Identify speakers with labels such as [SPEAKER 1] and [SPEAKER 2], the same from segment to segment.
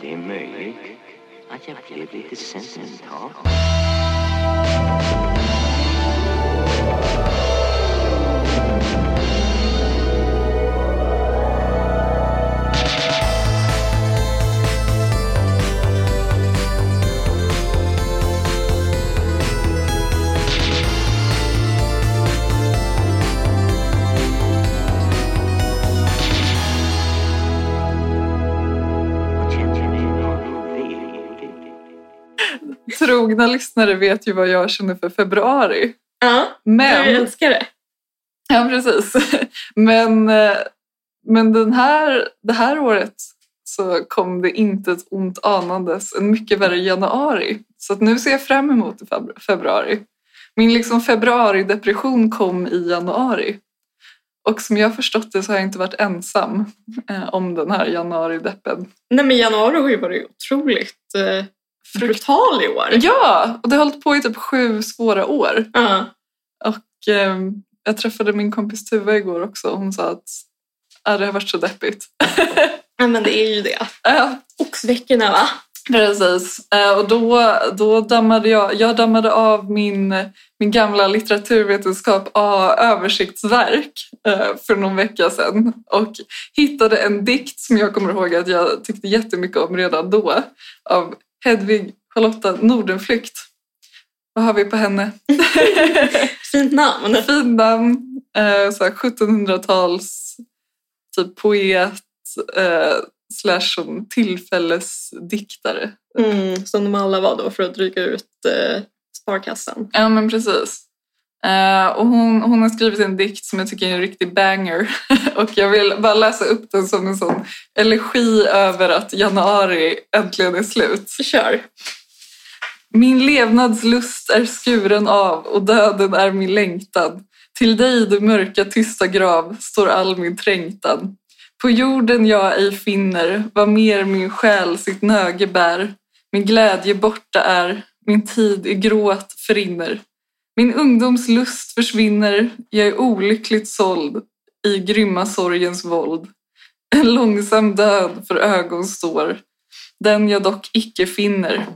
[SPEAKER 1] Det är möjligt att jag blev lite sentimental. Jag känner mig något velig.
[SPEAKER 2] Trogna lyssnare vet ju vad jag känner för februari.
[SPEAKER 3] Ja,
[SPEAKER 2] Men,
[SPEAKER 3] du älskar det.
[SPEAKER 2] ja, precis. men, eh, men den här, det här året så kom det inte ett ont anandes en mycket värre januari. Så att nu ser jag fram emot feb- februari. Min liksom februaridepression kom i januari. Och som jag har förstått det så har jag inte varit ensam eh, om den här januarideppen.
[SPEAKER 3] Nej men januari har ju varit otroligt eh, brutal i år.
[SPEAKER 2] Ja, och det har hållit på i typ sju svåra år.
[SPEAKER 3] Ja.
[SPEAKER 2] Och ehm, jag träffade min kompis Tuva igår också och hon sa att ah, det har varit så deppigt.
[SPEAKER 3] Nej, men det är ju det.
[SPEAKER 2] Ja,
[SPEAKER 3] Oxveckorna va?
[SPEAKER 2] precis. Eh, och då, då dammade jag, jag dammade av min, min gamla litteraturvetenskap A-översiktsverk eh, för någon vecka sedan och hittade en dikt som jag kommer ihåg att jag tyckte jättemycket om redan då av Hedvig Charlotta Nordenflykt. Vad har vi på henne?
[SPEAKER 3] Fint namn.
[SPEAKER 2] fin namn. Eh, så här 1700-tals typ poet eh, slash som tillfällesdiktare.
[SPEAKER 3] Mm, som de alla var då för att dryga ut eh, sparkassan.
[SPEAKER 2] Ja men precis. Eh, och hon, hon har skrivit en dikt som jag tycker är en riktig banger. och jag vill bara läsa upp den som en sån elegi över att januari äntligen är slut.
[SPEAKER 3] Kör.
[SPEAKER 2] Min levnadslust är skuren av och döden är min längtan. Till dig, du mörka tysta grav, står all min trängtan. På jorden jag ej finner vad mer min själ sitt nöge bär. Min glädje borta är, min tid i gråt förrinner. Min ungdoms lust försvinner, jag är olyckligt såld i grymma sorgens våld. En långsam död för ögon står, den jag dock icke finner.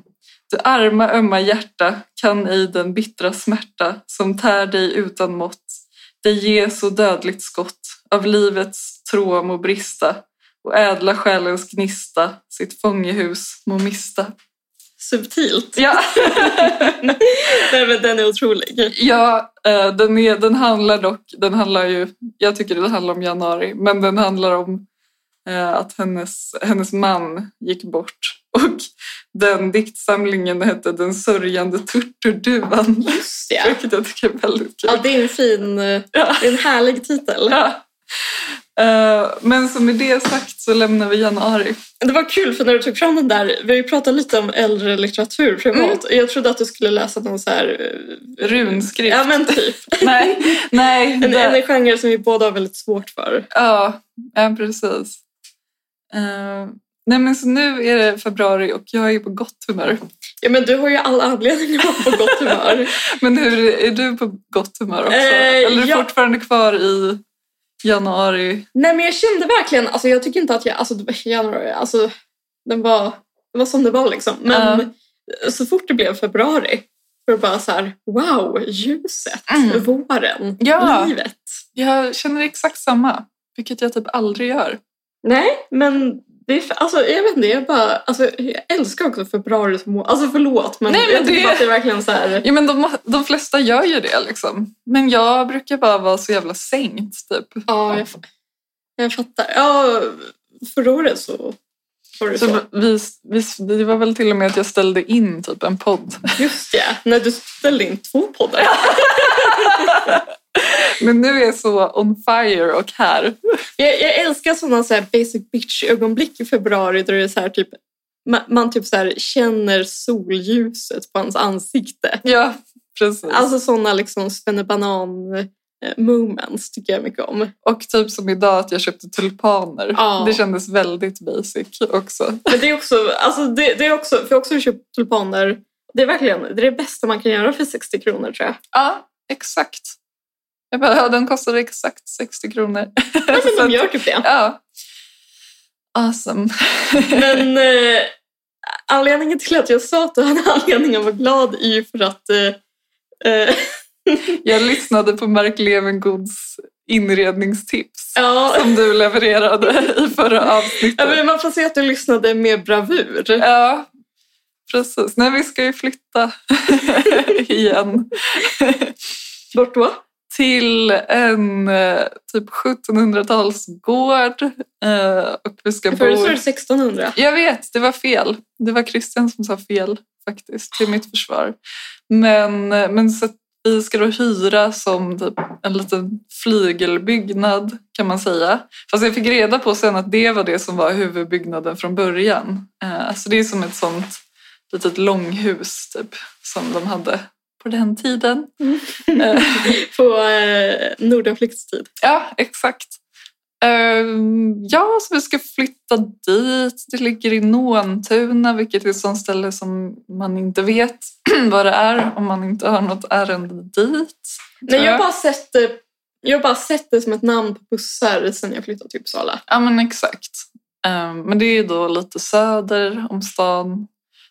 [SPEAKER 2] Du arma ömma hjärta kan ej den bittra smärta som tär dig utan mått. Det ger så dödligt skott av livets tråd må brista och ädla själens gnista sitt fångehus må mista.
[SPEAKER 3] Subtilt.
[SPEAKER 2] Ja,
[SPEAKER 3] Nej men den är otrolig.
[SPEAKER 2] ja eh, den, är, den handlar dock, den handlar ju, jag tycker det handlar om januari, men den handlar om eh, att hennes, hennes man gick bort och den diktsamlingen hette Den sörjande turturduvan.
[SPEAKER 3] Just ja.
[SPEAKER 2] Vilket jag tycker är väldigt kul.
[SPEAKER 3] ja det är en fin, eh,
[SPEAKER 2] Ja.
[SPEAKER 3] det är en härlig titel.
[SPEAKER 2] Ja. Eh, men som med det sagt så lämnar vi januari.
[SPEAKER 3] Det var kul för när du tog fram den där, vi har ju pratat lite om äldre litteratur privat. Jag trodde att du skulle läsa någon så här... eh,
[SPEAKER 2] Runskrift.
[SPEAKER 3] Ja men typ.
[SPEAKER 2] Nej, nej.
[SPEAKER 3] En,
[SPEAKER 2] det-
[SPEAKER 3] en genre som vi båda har väldigt svårt för.
[SPEAKER 2] Ja, ja precis. Eh, nej men så nu är det februari och jag är på gott humör.
[SPEAKER 3] Ja men du har ju all anledning att vara på gott humör.
[SPEAKER 2] Men hur är du på gott humör också?
[SPEAKER 3] Eh,
[SPEAKER 2] Eller är du
[SPEAKER 3] ja.
[SPEAKER 2] fortfarande kvar i januari?
[SPEAKER 3] Nej men jag kände verkligen, alltså jag tycker inte att jag, alltså januari, alltså den var, den var som det var liksom. Men så fort det blev februari, för bara så här, wow, ljuset,
[SPEAKER 2] Mm.
[SPEAKER 3] våren,
[SPEAKER 2] Ja.
[SPEAKER 3] livet.
[SPEAKER 2] Jag känner exakt samma, vilket jag typ aldrig gör.
[SPEAKER 3] Nej, men det är, alltså jag vet inte, jag bara, alltså jag älskar också februari som må- alltså förlåt men,
[SPEAKER 2] Nej, men
[SPEAKER 3] jag tycker
[SPEAKER 2] det-
[SPEAKER 3] bara att det är verkligen så här,
[SPEAKER 2] Ja, men de, de flesta gör ju det liksom. Men jag brukar bara vara så jävla sänkt typ.
[SPEAKER 3] ja jag, fa- jag fattar. Ja, förra året så var det så.
[SPEAKER 2] Så vi, vi, det var väl till och med att jag ställde in typ en podd.
[SPEAKER 3] Just ja, när du ställde in två poddar.
[SPEAKER 2] Men nu är jag så on fire och här.
[SPEAKER 3] Jag, jag älskar sådana så här basic bitch-ögonblick i februari där det är så här typ man, man typ så här känner solljuset på hans ansikte.
[SPEAKER 2] Ja, precis.
[SPEAKER 3] Alltså sådana liksom banan moments tycker jag mycket om.
[SPEAKER 2] och typ som idag att jag köpte tulpaner.
[SPEAKER 3] Ja.
[SPEAKER 2] Det kändes väldigt basic också.
[SPEAKER 3] Men det är också, alltså det, det är också, för jag har också köpt tulpaner. Det är verkligen det, är det bästa man kan göra för 60 kronor tror jag.
[SPEAKER 2] Ja, exakt. Jag
[SPEAKER 3] Alltså,
[SPEAKER 2] bara, ja, den kostade exakt 60 kronor.
[SPEAKER 3] Nej, men de gör typ det.
[SPEAKER 2] Ja. Ja, Awesome.
[SPEAKER 3] Men eh, anledningen till att jag sa att du hade anledning att vara glad är ju för att eh, eh,
[SPEAKER 2] Jag lyssnade på Mark Levengoods inredningstips
[SPEAKER 3] ja,
[SPEAKER 2] som du levererade i förra
[SPEAKER 3] ja,
[SPEAKER 2] avsnittet.
[SPEAKER 3] men man får se att du lyssnade med bravur.
[SPEAKER 2] Ja, precis. Nej, vi ska ju flytta igen
[SPEAKER 3] Bort då?
[SPEAKER 2] till en eh, typ 1700-talsgård eh, och vi ska bo...
[SPEAKER 3] Förut var det 1600.
[SPEAKER 2] Jag vet, det var fel. Det var Christian som sa fel faktiskt, till mitt försvar. Men, men så att vi ska då hyra som typ en liten flygelbyggnad kan man säga. Fast jag fick reda på sen att det var det som var huvudbyggnaden från början. Eh, Så det är som ett sånt litet långhus typ som de hade på den tiden. Eh,
[SPEAKER 3] På eh, Nordenflykts tid.
[SPEAKER 2] Ja, exakt. Ehm, ja, så vi ska flytta dit. Det ligger i Nåntuna, vilket är ett sånt ställe som man inte vet vad det är om man inte har något ärende dit.
[SPEAKER 3] Nej, jag
[SPEAKER 2] Ja.
[SPEAKER 3] har bara sett det jag har bara sett det som ett namn på bussar sen jag flyttade till Uppsala.
[SPEAKER 2] Ja, men exakt. Ehm, men det är ju då lite söder om stan.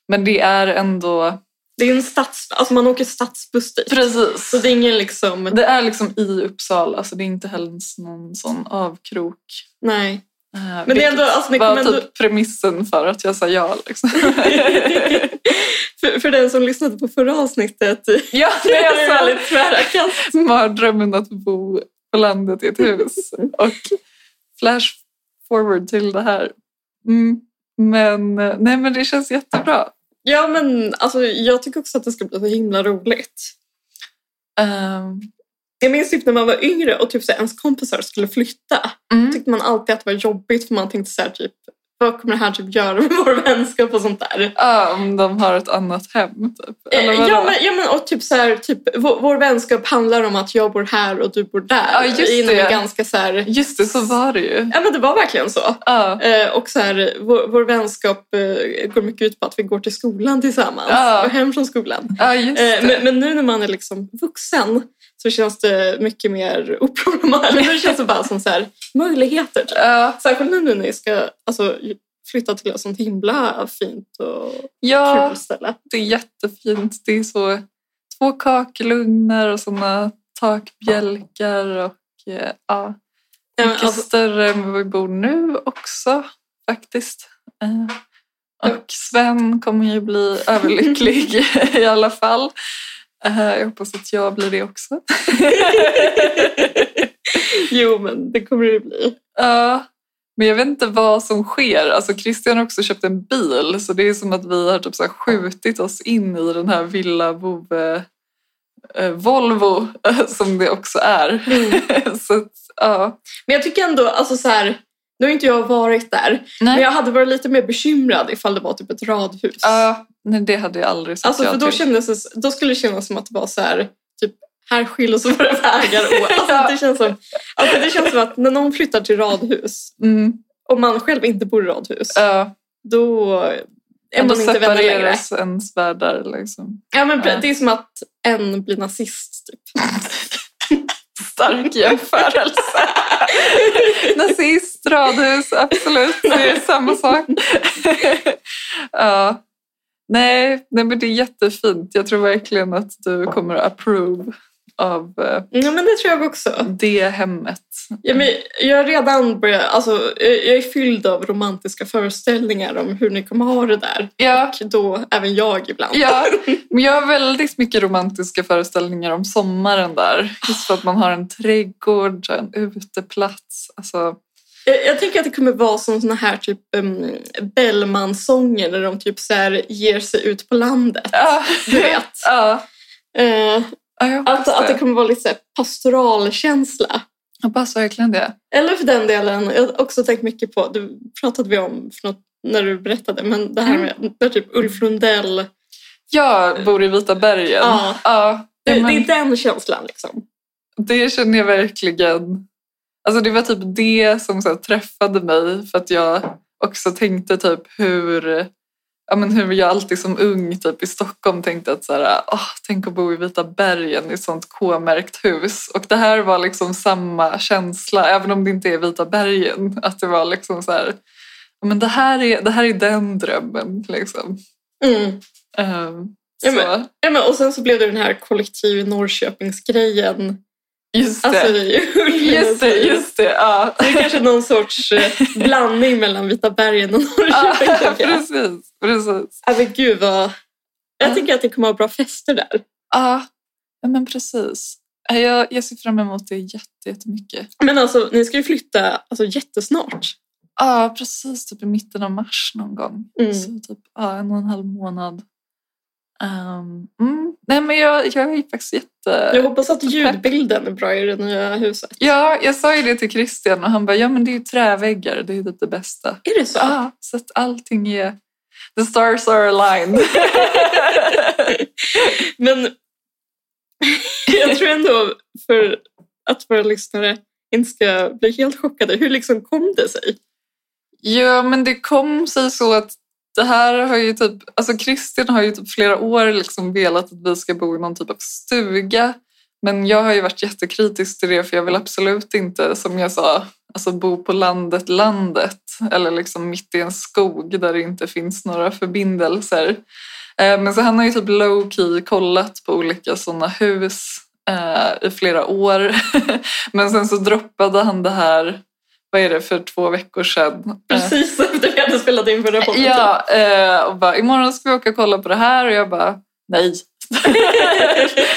[SPEAKER 2] Men det är ändå...
[SPEAKER 3] Det är en stads... Alltså man åker stadsbuss dit.
[SPEAKER 2] Precis.
[SPEAKER 3] Så det är ingen liksom...
[SPEAKER 2] Det är liksom i Uppsala, så det är inte heller någon sån avkrok.
[SPEAKER 3] Nej.
[SPEAKER 2] Eh,
[SPEAKER 3] det är
[SPEAKER 2] vilket
[SPEAKER 3] ändå- alltså, det
[SPEAKER 2] var
[SPEAKER 3] kommer ändå-
[SPEAKER 2] typ premissen för att jag sa ja. Liksom.
[SPEAKER 3] för, för den som lyssnade på förra avsnittet.
[SPEAKER 2] ja,
[SPEAKER 3] Det
[SPEAKER 2] nej,
[SPEAKER 3] är
[SPEAKER 2] alltså,
[SPEAKER 3] väldigt tvära kast.
[SPEAKER 2] mardrömmen att bo på landet i ett hus. Och flash forward till det här. Mm. Men, eh, nej, men det känns jättebra.
[SPEAKER 3] Ja, men alltså, jag tycker också att det ska bli så himla roligt.
[SPEAKER 2] Ehm,
[SPEAKER 3] Jag minns typ när man var yngre och typ så här, ens kompisar skulle flytta. Då tyckte man alltid att det var jobbigt för man tänkte så här typ vad kommer det här typ göra med vår vänskap och sånt där.
[SPEAKER 2] ja, om de har ett annat hem, typ. Eller vadå?
[SPEAKER 3] Eh, ja, men, ja men och typ så här, typ vår, vår vänskap handlar om att jag bor här och du bor där.
[SPEAKER 2] Ja, just
[SPEAKER 3] Inom
[SPEAKER 2] det.
[SPEAKER 3] en ganska så här,
[SPEAKER 2] Just det, så var det ju.
[SPEAKER 3] ja men det var verkligen så.
[SPEAKER 2] Ja,
[SPEAKER 3] Eh, och så här, vår, vår vänskap eh, går mycket ut på att vi går till skolan tillsammans
[SPEAKER 2] Ja.
[SPEAKER 3] och hem från skolan.
[SPEAKER 2] ja just
[SPEAKER 3] Eh,
[SPEAKER 2] det.
[SPEAKER 3] men, men nu när man är liksom vuxen så känns det mycket mer oproblematiskt. Nu känns det bara som så här, möjligheter. typ.
[SPEAKER 2] Ja,
[SPEAKER 3] Särskilt nu när ni ska alltså, flytta till ett sånt himla fint och
[SPEAKER 2] ja,
[SPEAKER 3] kul ställe.
[SPEAKER 2] det är jättefint. Det är så två kakelugnar och såna takbjälkar. Och, eh, ja.
[SPEAKER 3] Ja, men
[SPEAKER 2] Mycket
[SPEAKER 3] alltså,
[SPEAKER 2] större än vad vi bor nu också faktiskt. Eh, Och Sven kommer ju bli överlycklig i alla fall. Eh, Jag hoppas att jag blir det också.
[SPEAKER 3] jo, men det kommer det bli.
[SPEAKER 2] Ja, men jag vet inte vad som sker. Alltså Christian har också köpt en bil så det är som att vi har typ så här skjutit oss in i den här Villa Bove eh, Volvo eh, som det också är. Så att, ja.
[SPEAKER 3] Men jag tycker ändå, alltså så här, nu har inte jag varit där, men jag hade varit lite mer bekymrad ifall det var typ ett radhus.
[SPEAKER 2] Ja, nej, det hade jag aldrig sagt
[SPEAKER 3] Alltså
[SPEAKER 2] ja
[SPEAKER 3] för då,
[SPEAKER 2] till.
[SPEAKER 3] kändes det, då skulle det kännas som att det var så här, typ här skiljer sig våra vägar åt. Alltså
[SPEAKER 2] Ja.
[SPEAKER 3] det, känns som, alltså det känns som att när någon flyttar till radhus
[SPEAKER 2] Mm.
[SPEAKER 3] och man själv inte bor i radhus,
[SPEAKER 2] Ja,
[SPEAKER 3] då är
[SPEAKER 2] ändå
[SPEAKER 3] man inte vänner längre.
[SPEAKER 2] separeras ens världar liksom.
[SPEAKER 3] Ja, men pre-
[SPEAKER 2] Ja.
[SPEAKER 3] Det är som att en blir nazist. Typ.
[SPEAKER 2] Stark jämförelse. Nazist, radhus, absolut. Det är samma sak. ja. Nej, nej, men det är jättefint. Jag tror verkligen att du kommer att approve av eh,
[SPEAKER 3] Ja, men det tror jag också.
[SPEAKER 2] det hemmet.
[SPEAKER 3] Ja, men jag har redan börjat, alltså, jag jag är fylld av romantiska föreställningar om hur ni kommer ha det där.
[SPEAKER 2] Ja,
[SPEAKER 3] Och då även jag ibland.
[SPEAKER 2] ja. Men jag har väldigt mycket romantiska föreställningar om sommaren där. Just för att man har en trädgård, en uteplats. Alltså,
[SPEAKER 3] Jag, jag tänker att det kommer vara som såna här typ um, Bellman-sånger där de typ så här ger sig ut på landet.
[SPEAKER 2] ja.
[SPEAKER 3] Du vet.
[SPEAKER 2] Ja.
[SPEAKER 3] Eh,
[SPEAKER 2] Ja, jag hoppas
[SPEAKER 3] att, att det
[SPEAKER 2] det.
[SPEAKER 3] kommer vara lite så här pastoralkänsla.
[SPEAKER 2] Jag hoppas verkligen det.
[SPEAKER 3] Eller för den delen, jag har också tänkt mycket på, det pratade vi om för något, när du berättade, men det här
[SPEAKER 2] Mm.
[SPEAKER 3] med när typ Ulf Lundell,
[SPEAKER 2] Jag bor i Vita bergen.
[SPEAKER 3] Ja. det,
[SPEAKER 2] ja, men
[SPEAKER 3] det är den känslan liksom.
[SPEAKER 2] det känner jag verkligen. Alltså det var typ det som så här, träffade mig för att jag också tänkte typ hur Ja, men hur jag alltid som ung typ, i Stockholm tänkte att så här, "Åh, tänk att bo i Vita bergen i ett sånt K-märkt hus. Och det här var liksom samma känsla, även om det inte är Vita bergen. Att det var liksom så här, men det här är, det här är den drömmen. Liksom.
[SPEAKER 3] Mm.
[SPEAKER 2] Ehm,
[SPEAKER 3] Ja,
[SPEAKER 2] så,
[SPEAKER 3] Ja, men, och sen så blev det den här kollektiv Norrköpings-grejen.
[SPEAKER 2] just det.
[SPEAKER 3] Alltså, i Ullevi.
[SPEAKER 2] just det, just det. Ja.
[SPEAKER 3] Det är kanske någon sorts eh, blandning mellan Vita bergen och
[SPEAKER 2] Ja,
[SPEAKER 3] Norrköping. tänker jag.
[SPEAKER 2] precis. precis.
[SPEAKER 3] Ja, men gud vad...
[SPEAKER 2] Ja.
[SPEAKER 3] Jag tänker att det kommer att vara bra fester där.
[SPEAKER 2] Ja, ja, men precis. Ja, Jag, jag ser fram emot det jätte- jättemycket.
[SPEAKER 3] Men alltså, ni ska ju flytta alltså, jättesnart.
[SPEAKER 2] Ja, precis. Typ i mitten av mars någon gång.
[SPEAKER 3] Mm.
[SPEAKER 2] Så typ ja, en och en halv månad. Ehm, mm. Nej, men jag, jag är faktiskt jätte...
[SPEAKER 3] Jag hoppas att ljudbilden är bra i det nya huset.
[SPEAKER 2] Ja, jag sa ju det till Christian och han bara, ja men det är ju träväggar, det är ju typ det bästa.
[SPEAKER 3] Är det så?
[SPEAKER 2] Ja, så att allting är... The stars are aligned.
[SPEAKER 3] Men jag tror ändå, för att våra lyssnare inte ska bli helt chockade, hur liksom kom det sig?
[SPEAKER 2] Ja, men det kom sig så att det här har ju typ, alltså Christian har ju typ flera år liksom velat att vi ska bo i någon typ av stuga. Men jag har ju varit jättekritisk till det för jag vill absolut inte, som jag sa, alltså bo på landet, landet. Eller liksom mitt i en skog där det inte finns några förbindelser. Eh, Men så han har ju typ low key kollat på olika sådana hus eh, i flera år. Men sen så droppade han det här, vad är det, för två veckor sedan. Eh,
[SPEAKER 3] Precis efter vi hade spelat in förra podden.
[SPEAKER 2] Ja, eh, och bara imorgon ska vi åka och kolla på det här och jag bara nej.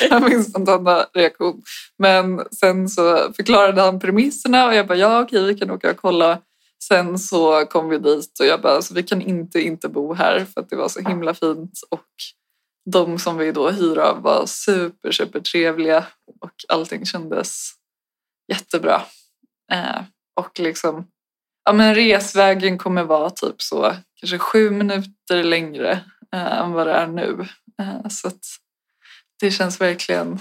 [SPEAKER 2] Det var Min spontana reaktion. Men sen så förklarade han premisserna och jag bara ja okej vi kan åka och kolla. Sen så kom vi dit och jag bara så vi kan inte inte bo här för att det var så himla fint och de som vi då hyr av var super super trevliga och allting kändes jättebra. Eh, och liksom ja, men resvägen kommer vara typ så kanske sju minuter längre eh, än vad det är nu. Eh, så att det känns verkligen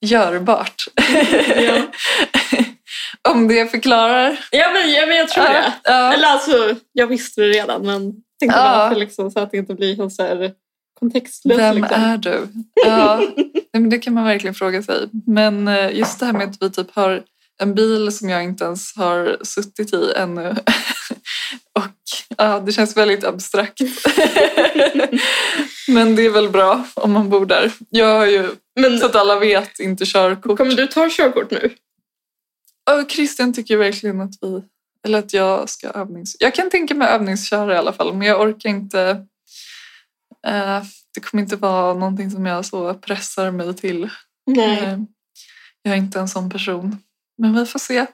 [SPEAKER 2] görbart.
[SPEAKER 3] Ja.
[SPEAKER 2] Om det förklarar.
[SPEAKER 3] ja, men, ja, men jag tror det.
[SPEAKER 2] Ja,
[SPEAKER 3] Eller alltså, jag visste det redan men tänkte
[SPEAKER 2] Ja.
[SPEAKER 3] bara för liksom, så att det inte blir helt så här kontextlöst.
[SPEAKER 2] Vem
[SPEAKER 3] liksom.
[SPEAKER 2] är du? Ja, nej, men det kan man verkligen fråga sig. Men eh, just det här med att vi typ har en bil som jag inte ens har suttit i ännu. Och ja, det känns väldigt abstrakt. Men det är väl bra om man bor där. Jag har ju,
[SPEAKER 3] Men
[SPEAKER 2] så att alla vet, inte körkort.
[SPEAKER 3] kommer du ta körkort nu?
[SPEAKER 2] Och Christian tycker verkligen att vi, eller att jag ska övnings... Jag kan tänka mig övningsköra i alla fall, men jag orkar inte... eh, det kommer inte vara någonting som jag så pressar mig till. Eh, jag är inte en sån person. Men vi får se.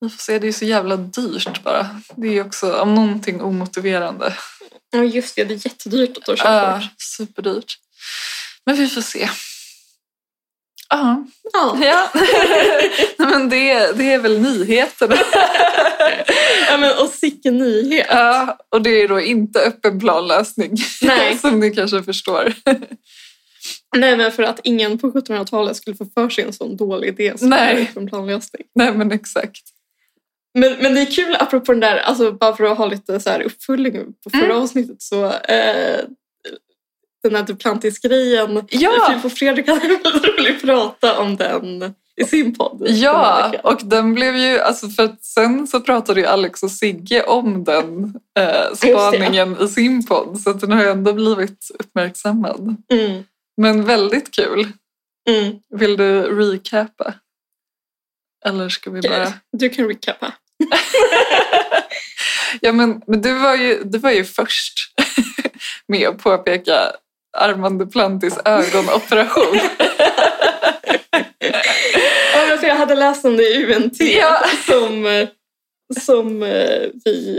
[SPEAKER 2] Vi får se, det är ju så jävla dyrt bara. Det är ju också, om någonting, omotiverande.
[SPEAKER 3] Ja just det, det är jättedyrt att ta
[SPEAKER 2] Ja,
[SPEAKER 3] körkort.
[SPEAKER 2] superdyrt. Men vi får se. Ja.
[SPEAKER 3] Ja.
[SPEAKER 2] ja. Nej, men det, det är väl nyheterna.
[SPEAKER 3] ja men och sicken nyhet.
[SPEAKER 2] Ja, och det är då inte öppen planlösning.
[SPEAKER 3] Nej.
[SPEAKER 2] Som ni kanske förstår.
[SPEAKER 3] Nej men för att ingen på 1700-talet skulle få för sig en sån dålig idé som
[SPEAKER 2] Nej.
[SPEAKER 3] är en planlösning.
[SPEAKER 2] Nej men exakt.
[SPEAKER 3] Men, men det är kul apropå den där, alltså bara för att ha lite så här uppföljning på förra
[SPEAKER 2] Mm.
[SPEAKER 3] avsnittet så eh, den här Duplantis-grejen.
[SPEAKER 2] Ja,
[SPEAKER 3] Filip och Fredrik hade väldigt roligt prata om den i sin podd. Den här
[SPEAKER 2] ja,
[SPEAKER 3] veckan.
[SPEAKER 2] och den blev ju, alltså för att sen så pratade ju Alex och Sigge om den eh,
[SPEAKER 3] det.
[SPEAKER 2] spaningen i sin podd. Så att den har ju ändå blivit uppmärksammad.
[SPEAKER 3] Mm,
[SPEAKER 2] Men väldigt kul.
[SPEAKER 3] mm.
[SPEAKER 2] Vill du recapa? Eller ska vi
[SPEAKER 3] Okej,
[SPEAKER 2] bara...
[SPEAKER 3] Du kan recapa.
[SPEAKER 2] Ja, men, men du, var ju, du var ju först med att påpeka Armand Duplantis ögonoperation.
[SPEAKER 3] Ja, men för jag hade läst om det i UNT
[SPEAKER 2] Ja.
[SPEAKER 3] som, eh, som eh, vi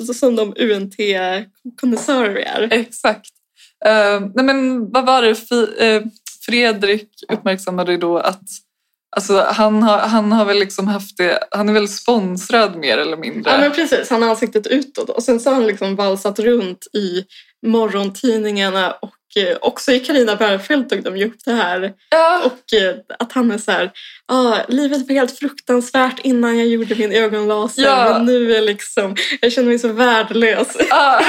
[SPEAKER 3] eh, som de UNT-konnässörer vi är.
[SPEAKER 2] Exakt. Eh, nej men vad var det? Fi- eh, Fredrik uppmärksammade ju då att alltså, han, har, han har väl liksom haft det, han är väl sponsrad mer eller mindre.
[SPEAKER 3] Ja, men precis. Han har ansiktet utåt och sen så har han liksom valsat runt i morgontidningarna och eh, också i Carina Bergfeldt tog de ju upp det här
[SPEAKER 2] ja,
[SPEAKER 3] och eh, att han är så här, ah, livet var helt fruktansvärt innan jag gjorde min ögonlaser.
[SPEAKER 2] Ja.
[SPEAKER 3] Men nu är liksom, jag känner mig så värdelös.
[SPEAKER 2] Ah,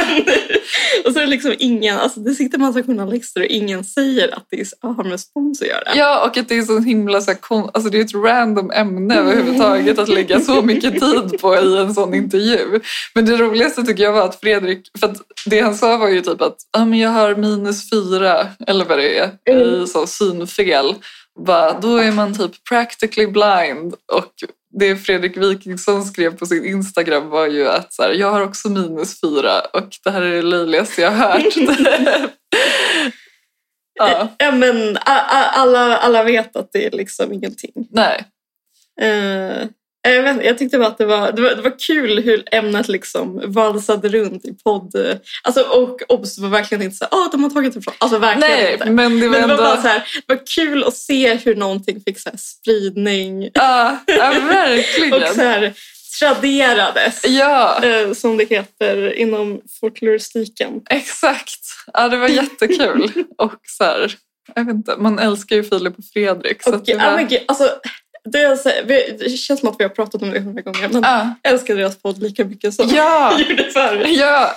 [SPEAKER 3] och så är det liksom ingen, alltså det sitter en massa journalister och ingen säger att det är- har med spons att göra.
[SPEAKER 2] ja, och att det är så himla så här, kon- alltså det är ett random ämne överhuvudtaget att lägga så mycket tid på i en sån intervju. Men det roligaste tycker jag var att Fredrik, för att det han sa var ju typ att ah, men jag har minus fyra eller vad det är i så synfel. Bara, då är man typ practically blind och det Fredrik Wikingsson skrev på sin Instagram var ju att så här, jag har också minus fyra och det här är det löjligaste jag har hört. ja,
[SPEAKER 3] Ja, men a- a- alla, alla vet att det är liksom ingenting.
[SPEAKER 2] nej.
[SPEAKER 3] Eh, jag, vet, inte, jag tyckte bara att det var, det var, det var kul hur ämnet liksom valsade runt i podd. Alltså, och obs, det var verkligen inte så här, ah, de har tagit det från... Alltså verkligen
[SPEAKER 2] Nej,
[SPEAKER 3] inte.
[SPEAKER 2] men det var
[SPEAKER 3] Men det
[SPEAKER 2] ändå...
[SPEAKER 3] var bara så här, det var kul att se hur någonting fick så här spridning
[SPEAKER 2] Ja, ja,
[SPEAKER 3] och
[SPEAKER 2] verkligen.
[SPEAKER 3] så här traderades.
[SPEAKER 2] Ja,
[SPEAKER 3] eh, Som det heter inom folkloristiken.
[SPEAKER 2] exakt. Ja, det var jättekul. Och så här, jag vet inte, man älskar ju Filip och Fredrik. Så
[SPEAKER 3] Och,
[SPEAKER 2] att det
[SPEAKER 3] ja,
[SPEAKER 2] var...
[SPEAKER 3] men gud, alltså, det, är så här, vi- det känns som att vi har pratat om det hundra gånger. Men
[SPEAKER 2] Ja,
[SPEAKER 3] jag älskar deras podd lika mycket som
[SPEAKER 2] ja,
[SPEAKER 3] jag gjorde förr.
[SPEAKER 2] ja.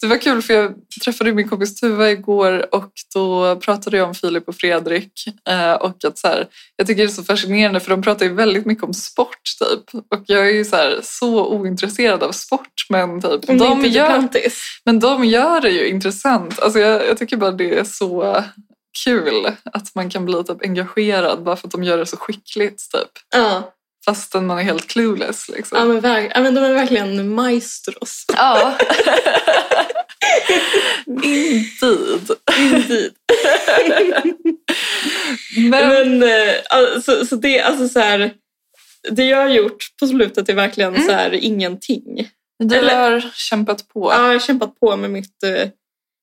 [SPEAKER 2] Det var kul för jag träffade min kompis Tuva igår och då pratade jag om Filip och Fredrik. Eh, Och att så här, jag tycker det är så fascinerande för de pratar ju väldigt mycket om sport typ. Och jag är ju så, här, så ointresserad av sport men typ,
[SPEAKER 3] Om det
[SPEAKER 2] de
[SPEAKER 3] inte är
[SPEAKER 2] gör
[SPEAKER 3] Duplantis.
[SPEAKER 2] Men de gör det ju intressant. Alltså jag, jag tycker bara det är så kul att man kan bli typ engagerad bara för att de gör det så skickligt. Typ.
[SPEAKER 3] Ja,
[SPEAKER 2] Fastän man är helt clueless.
[SPEAKER 3] ja,
[SPEAKER 2] Liksom.
[SPEAKER 3] men, verk- ja, men de är verkligen maestros.
[SPEAKER 2] Ja. Indeed.
[SPEAKER 3] Indeed.
[SPEAKER 2] Men,
[SPEAKER 3] men eh, alltså, så det, alltså så här, det jag har gjort på slutet är verkligen
[SPEAKER 2] Mm.
[SPEAKER 3] så här, ingenting.
[SPEAKER 2] du
[SPEAKER 3] eller-
[SPEAKER 2] har kämpat på.
[SPEAKER 3] Ja, jag har kämpat på med mitt, eh,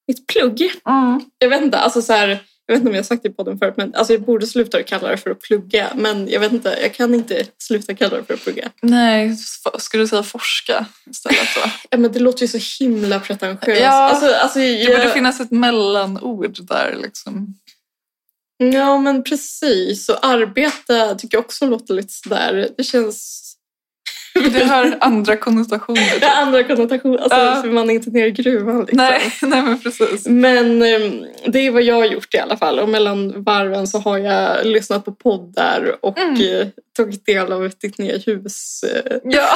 [SPEAKER 3] mitt plugg.
[SPEAKER 2] Mm.
[SPEAKER 3] Jag vet inte, alltså så här, jag vet inte om jag har sagt det i podden förut, men alltså jag borde sluta kalla det för att plugga. Men jag vet inte, jag kan inte sluta kalla det för att plugga.
[SPEAKER 2] Nej, f- ska du säga forska istället då?
[SPEAKER 3] Ja, men det låter ju så himla pretentiöst.
[SPEAKER 2] Ja.
[SPEAKER 3] Alltså, alltså,
[SPEAKER 2] Det borde
[SPEAKER 3] jag,
[SPEAKER 2] finnas ett mellanord där. Liksom.
[SPEAKER 3] Ja, men precis. Och arbeta tycker jag också låter lite sådär. Det känns...
[SPEAKER 2] Det har andra konnotationer.
[SPEAKER 3] Det har andra konnotationer. Alltså,
[SPEAKER 2] Ja.
[SPEAKER 3] för man är inte nere i gruvan. Liksom.
[SPEAKER 2] Nej, nej, men precis.
[SPEAKER 3] Men ehm, det är vad jag har gjort i alla fall. Och mellan varven så har jag lyssnat på poddar och
[SPEAKER 2] Mm.
[SPEAKER 3] eh, tagit del av ditt nya hus. eh.
[SPEAKER 2] Ja.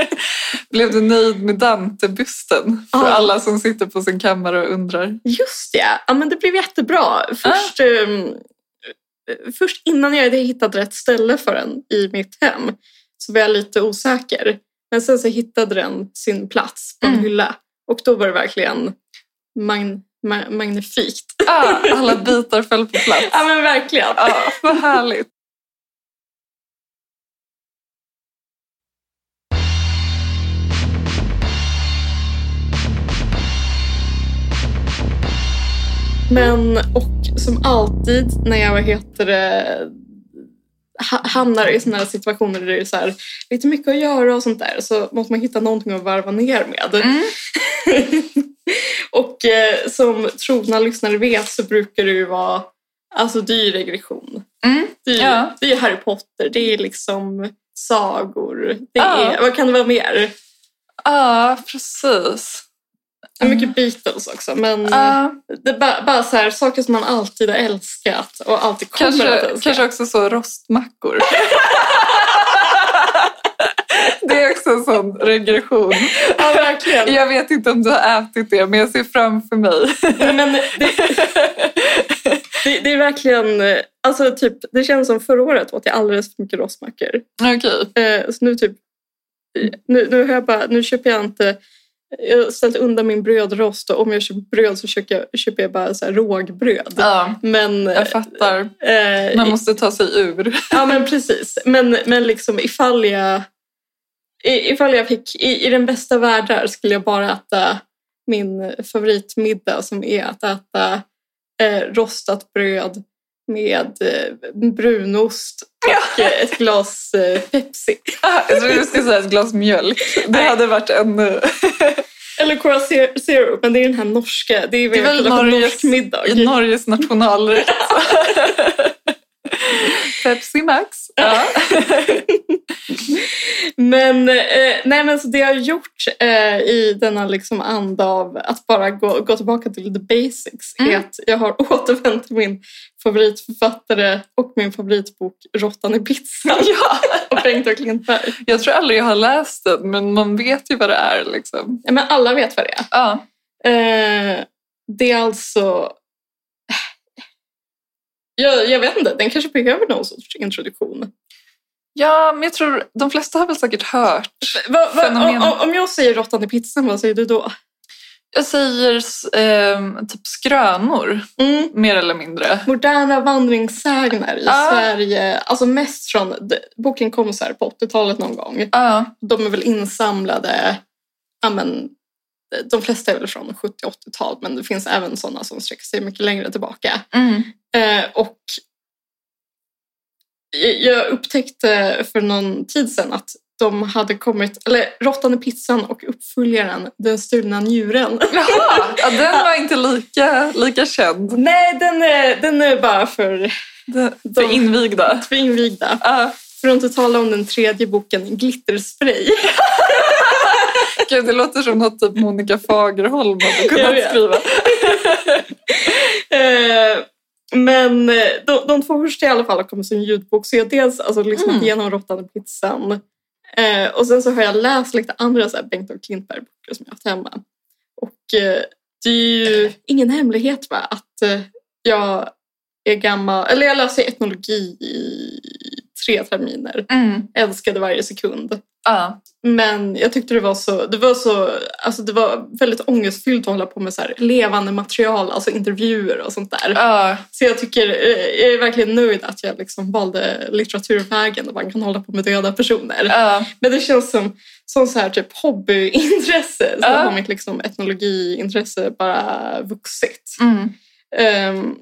[SPEAKER 2] Blev du nöjd med Dante-bysten? För
[SPEAKER 3] Ja.
[SPEAKER 2] alla som sitter på sin kammare och undrar.
[SPEAKER 3] Just ja, ja men det blev jättebra. Först, ehm, eh, först innan jag hade hittat rätt ställe för den i mitt hem så var jag lite osäker. Men sen så hittade den sin plats på en
[SPEAKER 2] Mm.
[SPEAKER 3] hylla och då var det verkligen magn- ma- magnifikt.
[SPEAKER 2] Ah, alla bitar föll på plats.
[SPEAKER 3] Ja men verkligen.
[SPEAKER 2] Ah, vad härligt.
[SPEAKER 3] Men och som alltid när jag vad heter det, ha- hamnar i sådana här situationer där det är så här, lite mycket att göra och sånt där så måste man hitta någonting att varva ner med.
[SPEAKER 2] Mm.
[SPEAKER 3] och eh, som trogna lyssnare vet så brukar det ju vara alltså, dyr regression.
[SPEAKER 2] Mm.
[SPEAKER 3] Det är,
[SPEAKER 2] Ja.
[SPEAKER 3] det är Harry Potter, det är liksom sagor. Det är,
[SPEAKER 2] Ja.
[SPEAKER 3] Vad kan det vara mer?
[SPEAKER 2] Ah, precis.
[SPEAKER 3] Det är
[SPEAKER 2] Mm.
[SPEAKER 3] mycket Beatles också. Men
[SPEAKER 2] Ah,
[SPEAKER 3] det är bara, bara så här, saker som man alltid har älskat och alltid kommer att
[SPEAKER 2] kanske,
[SPEAKER 3] älska.
[SPEAKER 2] kanske också så rostmackor. Det är också en sån regression.
[SPEAKER 3] Ja, verkligen.
[SPEAKER 2] Jag vet inte om du har ätit det, men jag ser framför mig.
[SPEAKER 3] Nej, Men det, det, det är verkligen... eh, Alltså, typ, det känns som förra året åt jag alldeles för mycket rostmackor.
[SPEAKER 2] Okej.
[SPEAKER 3] Eh, så nu typ... Nu, nu, har jag bara, nu köper jag inte... Jag har ställt undan min brödrost och om jag köper bröd så köper jag, köper jag bara så här rågbröd.
[SPEAKER 2] Ah,
[SPEAKER 3] Men...
[SPEAKER 2] jag fattar.
[SPEAKER 3] eh,
[SPEAKER 2] Man måste ta sig ur.
[SPEAKER 3] Ja men precis. Men, men liksom ifall jag... i- Ifall jag fick... I, I den bästa världar skulle jag bara äta min favoritmiddag som är att äta eh, rostat bröd med eh, brunost och eh, ett glas eh, Pepsi.
[SPEAKER 2] Ah, Jag trodde du skulle säga ett glas mjölk. Det
[SPEAKER 3] Nej.
[SPEAKER 2] hade varit en... eh,
[SPEAKER 3] Eller Cola Ze- Zero, men det är den här norska. Det är,
[SPEAKER 2] Det är väl
[SPEAKER 3] väl norsk
[SPEAKER 2] Norges-
[SPEAKER 3] middag.
[SPEAKER 2] Norges nationalrätt. Pepsi Max. Ja.
[SPEAKER 3] Men, eh, nej, men så det jag har gjort eh, i denna liksom anda av att bara gå, gå tillbaka till the basics är
[SPEAKER 2] Mm.
[SPEAKER 3] att jag har återvänt till min favoritförfattare och min favoritbok Råttan i pizzan
[SPEAKER 2] ja.
[SPEAKER 3] av Bengt och Klintberg.
[SPEAKER 2] Jag tror aldrig jag har läst den, men man vet ju vad det är. Liksom.
[SPEAKER 3] Ja, men alla vet vad det är.
[SPEAKER 2] Ja.
[SPEAKER 3] Eh, det är alltså... Jag, jag vet inte, den kanske behöver någon sorts introduktion.
[SPEAKER 2] ja, men jag tror de flesta har väl säkert hört.
[SPEAKER 3] Va, va,
[SPEAKER 2] Fenomen.
[SPEAKER 3] om, om jag säger råttan i pizzan, vad säger du då?
[SPEAKER 2] Jag säger ehm, typ skrönor,
[SPEAKER 3] Mm.
[SPEAKER 2] mer eller mindre.
[SPEAKER 3] Moderna vandringssägner i
[SPEAKER 2] Ja.
[SPEAKER 3] Sverige. Alltså mest från... d- Boken kom så här på 80-talet någon gång.
[SPEAKER 2] Ja,
[SPEAKER 3] De är väl insamlade... Ja, men, de flesta är väl från 70-80-tal, men det finns även sådana som sträcker sig mycket längre tillbaka.
[SPEAKER 2] mm.
[SPEAKER 3] Eh, och jag upptäckte för någon tid sedan att de hade kommit, eller Råttan i pizzan och uppföljaren Den stulna njuren.
[SPEAKER 2] Jaha, ja, den var inte lika, lika känd.
[SPEAKER 3] Nej, den är, den är bara för,
[SPEAKER 2] De,
[SPEAKER 3] De-
[SPEAKER 2] för invigda.
[SPEAKER 3] för invigda.
[SPEAKER 2] Ja.
[SPEAKER 3] För att inte tala om den tredje boken, Glitterspray.
[SPEAKER 2] Gud, det låter som något typ Monica Fagerholm hade
[SPEAKER 3] Jag
[SPEAKER 2] kunnat
[SPEAKER 3] vet.
[SPEAKER 2] skriva.
[SPEAKER 3] Eh, Men eh, de, de två första i alla fall har kommit som ljudbok. Så jag har dels alltså, lyssnat
[SPEAKER 2] Mm.
[SPEAKER 3] igenom Råttan i pizzan. Eh, och sen så har jag läst lite andra så här, Bengt och Klintberg-böcker som jag har haft hemma. Och eh, det är ju ingen hemlighet va? att eh, jag är gammal. Eller jag läste etnologi i tre terminer.
[SPEAKER 2] Mm.
[SPEAKER 3] Älskade varje sekund.
[SPEAKER 2] Ja.
[SPEAKER 3] Men jag tyckte det var så, det var så, alltså det var väldigt ångestfyllt att hålla på med så här levande material, alltså intervjuer och sånt där.
[SPEAKER 2] Ja.
[SPEAKER 3] Så jag tycker, eh, jag är verkligen nöjd att jag liksom valde litteraturvägen och man kan hålla på med döda personer.
[SPEAKER 2] Ja.
[SPEAKER 3] Men det känns som, som så här typ hobbyintresse. Så
[SPEAKER 2] Ja.
[SPEAKER 3] har mitt liksom etnologiintresse bara vuxit.
[SPEAKER 2] Mm.
[SPEAKER 3] Ehm,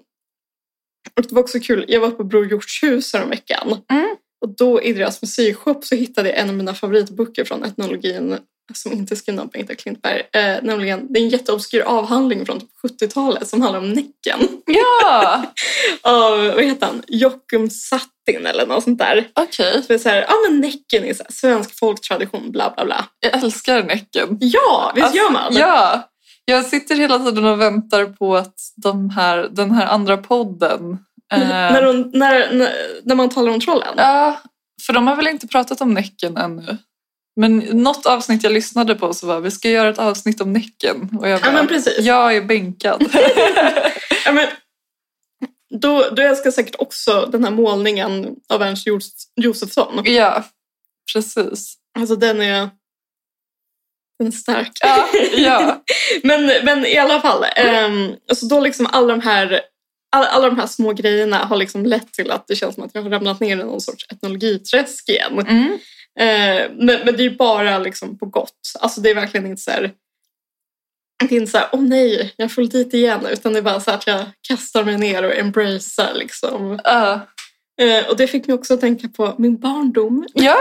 [SPEAKER 3] och det var också kul, jag var på Bror Hjorts hus veckan.
[SPEAKER 2] Mm.
[SPEAKER 3] Och då i deras museishop så hittade jag en av mina favoritböcker från etnologin som inte är skriven av Bengt Klintberg. Eh, nämligen, det är en jätteobskyr avhandling från typ 70-talet som handlar om Näcken.
[SPEAKER 2] ja.
[SPEAKER 3] Av, vad heter han, Jockum Sattin eller något sånt där.
[SPEAKER 2] Okej,
[SPEAKER 3] Så det är så här, ja men Näcken är så här, svensk folktradition, bla bla bla.
[SPEAKER 2] jag älskar Näcken.
[SPEAKER 3] Ja, visst
[SPEAKER 2] Alltså,
[SPEAKER 3] gör man?
[SPEAKER 2] Ja, jag sitter hela tiden och väntar på att de här, den här andra podden... eh,
[SPEAKER 3] När, de, när, när, när man talar om trollen?
[SPEAKER 2] Ja, för de har väl inte pratat om Näcken ännu. Men något avsnitt jag lyssnade på så var vi ska göra ett avsnitt om Näcken. Och jag,
[SPEAKER 3] ja men
[SPEAKER 2] bara,
[SPEAKER 3] precis.
[SPEAKER 2] jag är bänkad.
[SPEAKER 3] Ja, men, då, då älskar jag säkert också den här målningen av Ernst Jos- Josefsson.
[SPEAKER 2] ja, precis.
[SPEAKER 3] Alltså den är... Den är stark.
[SPEAKER 2] Ja, ja.
[SPEAKER 3] men, men i alla fall, ehm, alltså då liksom alla de här alla, alla de här små grejerna har liksom lett till att det känns som att jag har ramlat ner i någon sorts etnologiträsk igen.
[SPEAKER 2] Mm.
[SPEAKER 3] Eh, men, men det är ju bara liksom på gott. Alltså det är verkligen inte så här... Det är inte så här, åh nej, jag föll dit igen. Utan det är bara så här att jag kastar mig ner och embracear liksom.
[SPEAKER 2] Ja.
[SPEAKER 3] Eh, och det fick mig också att tänka på min barndom.
[SPEAKER 2] Ja.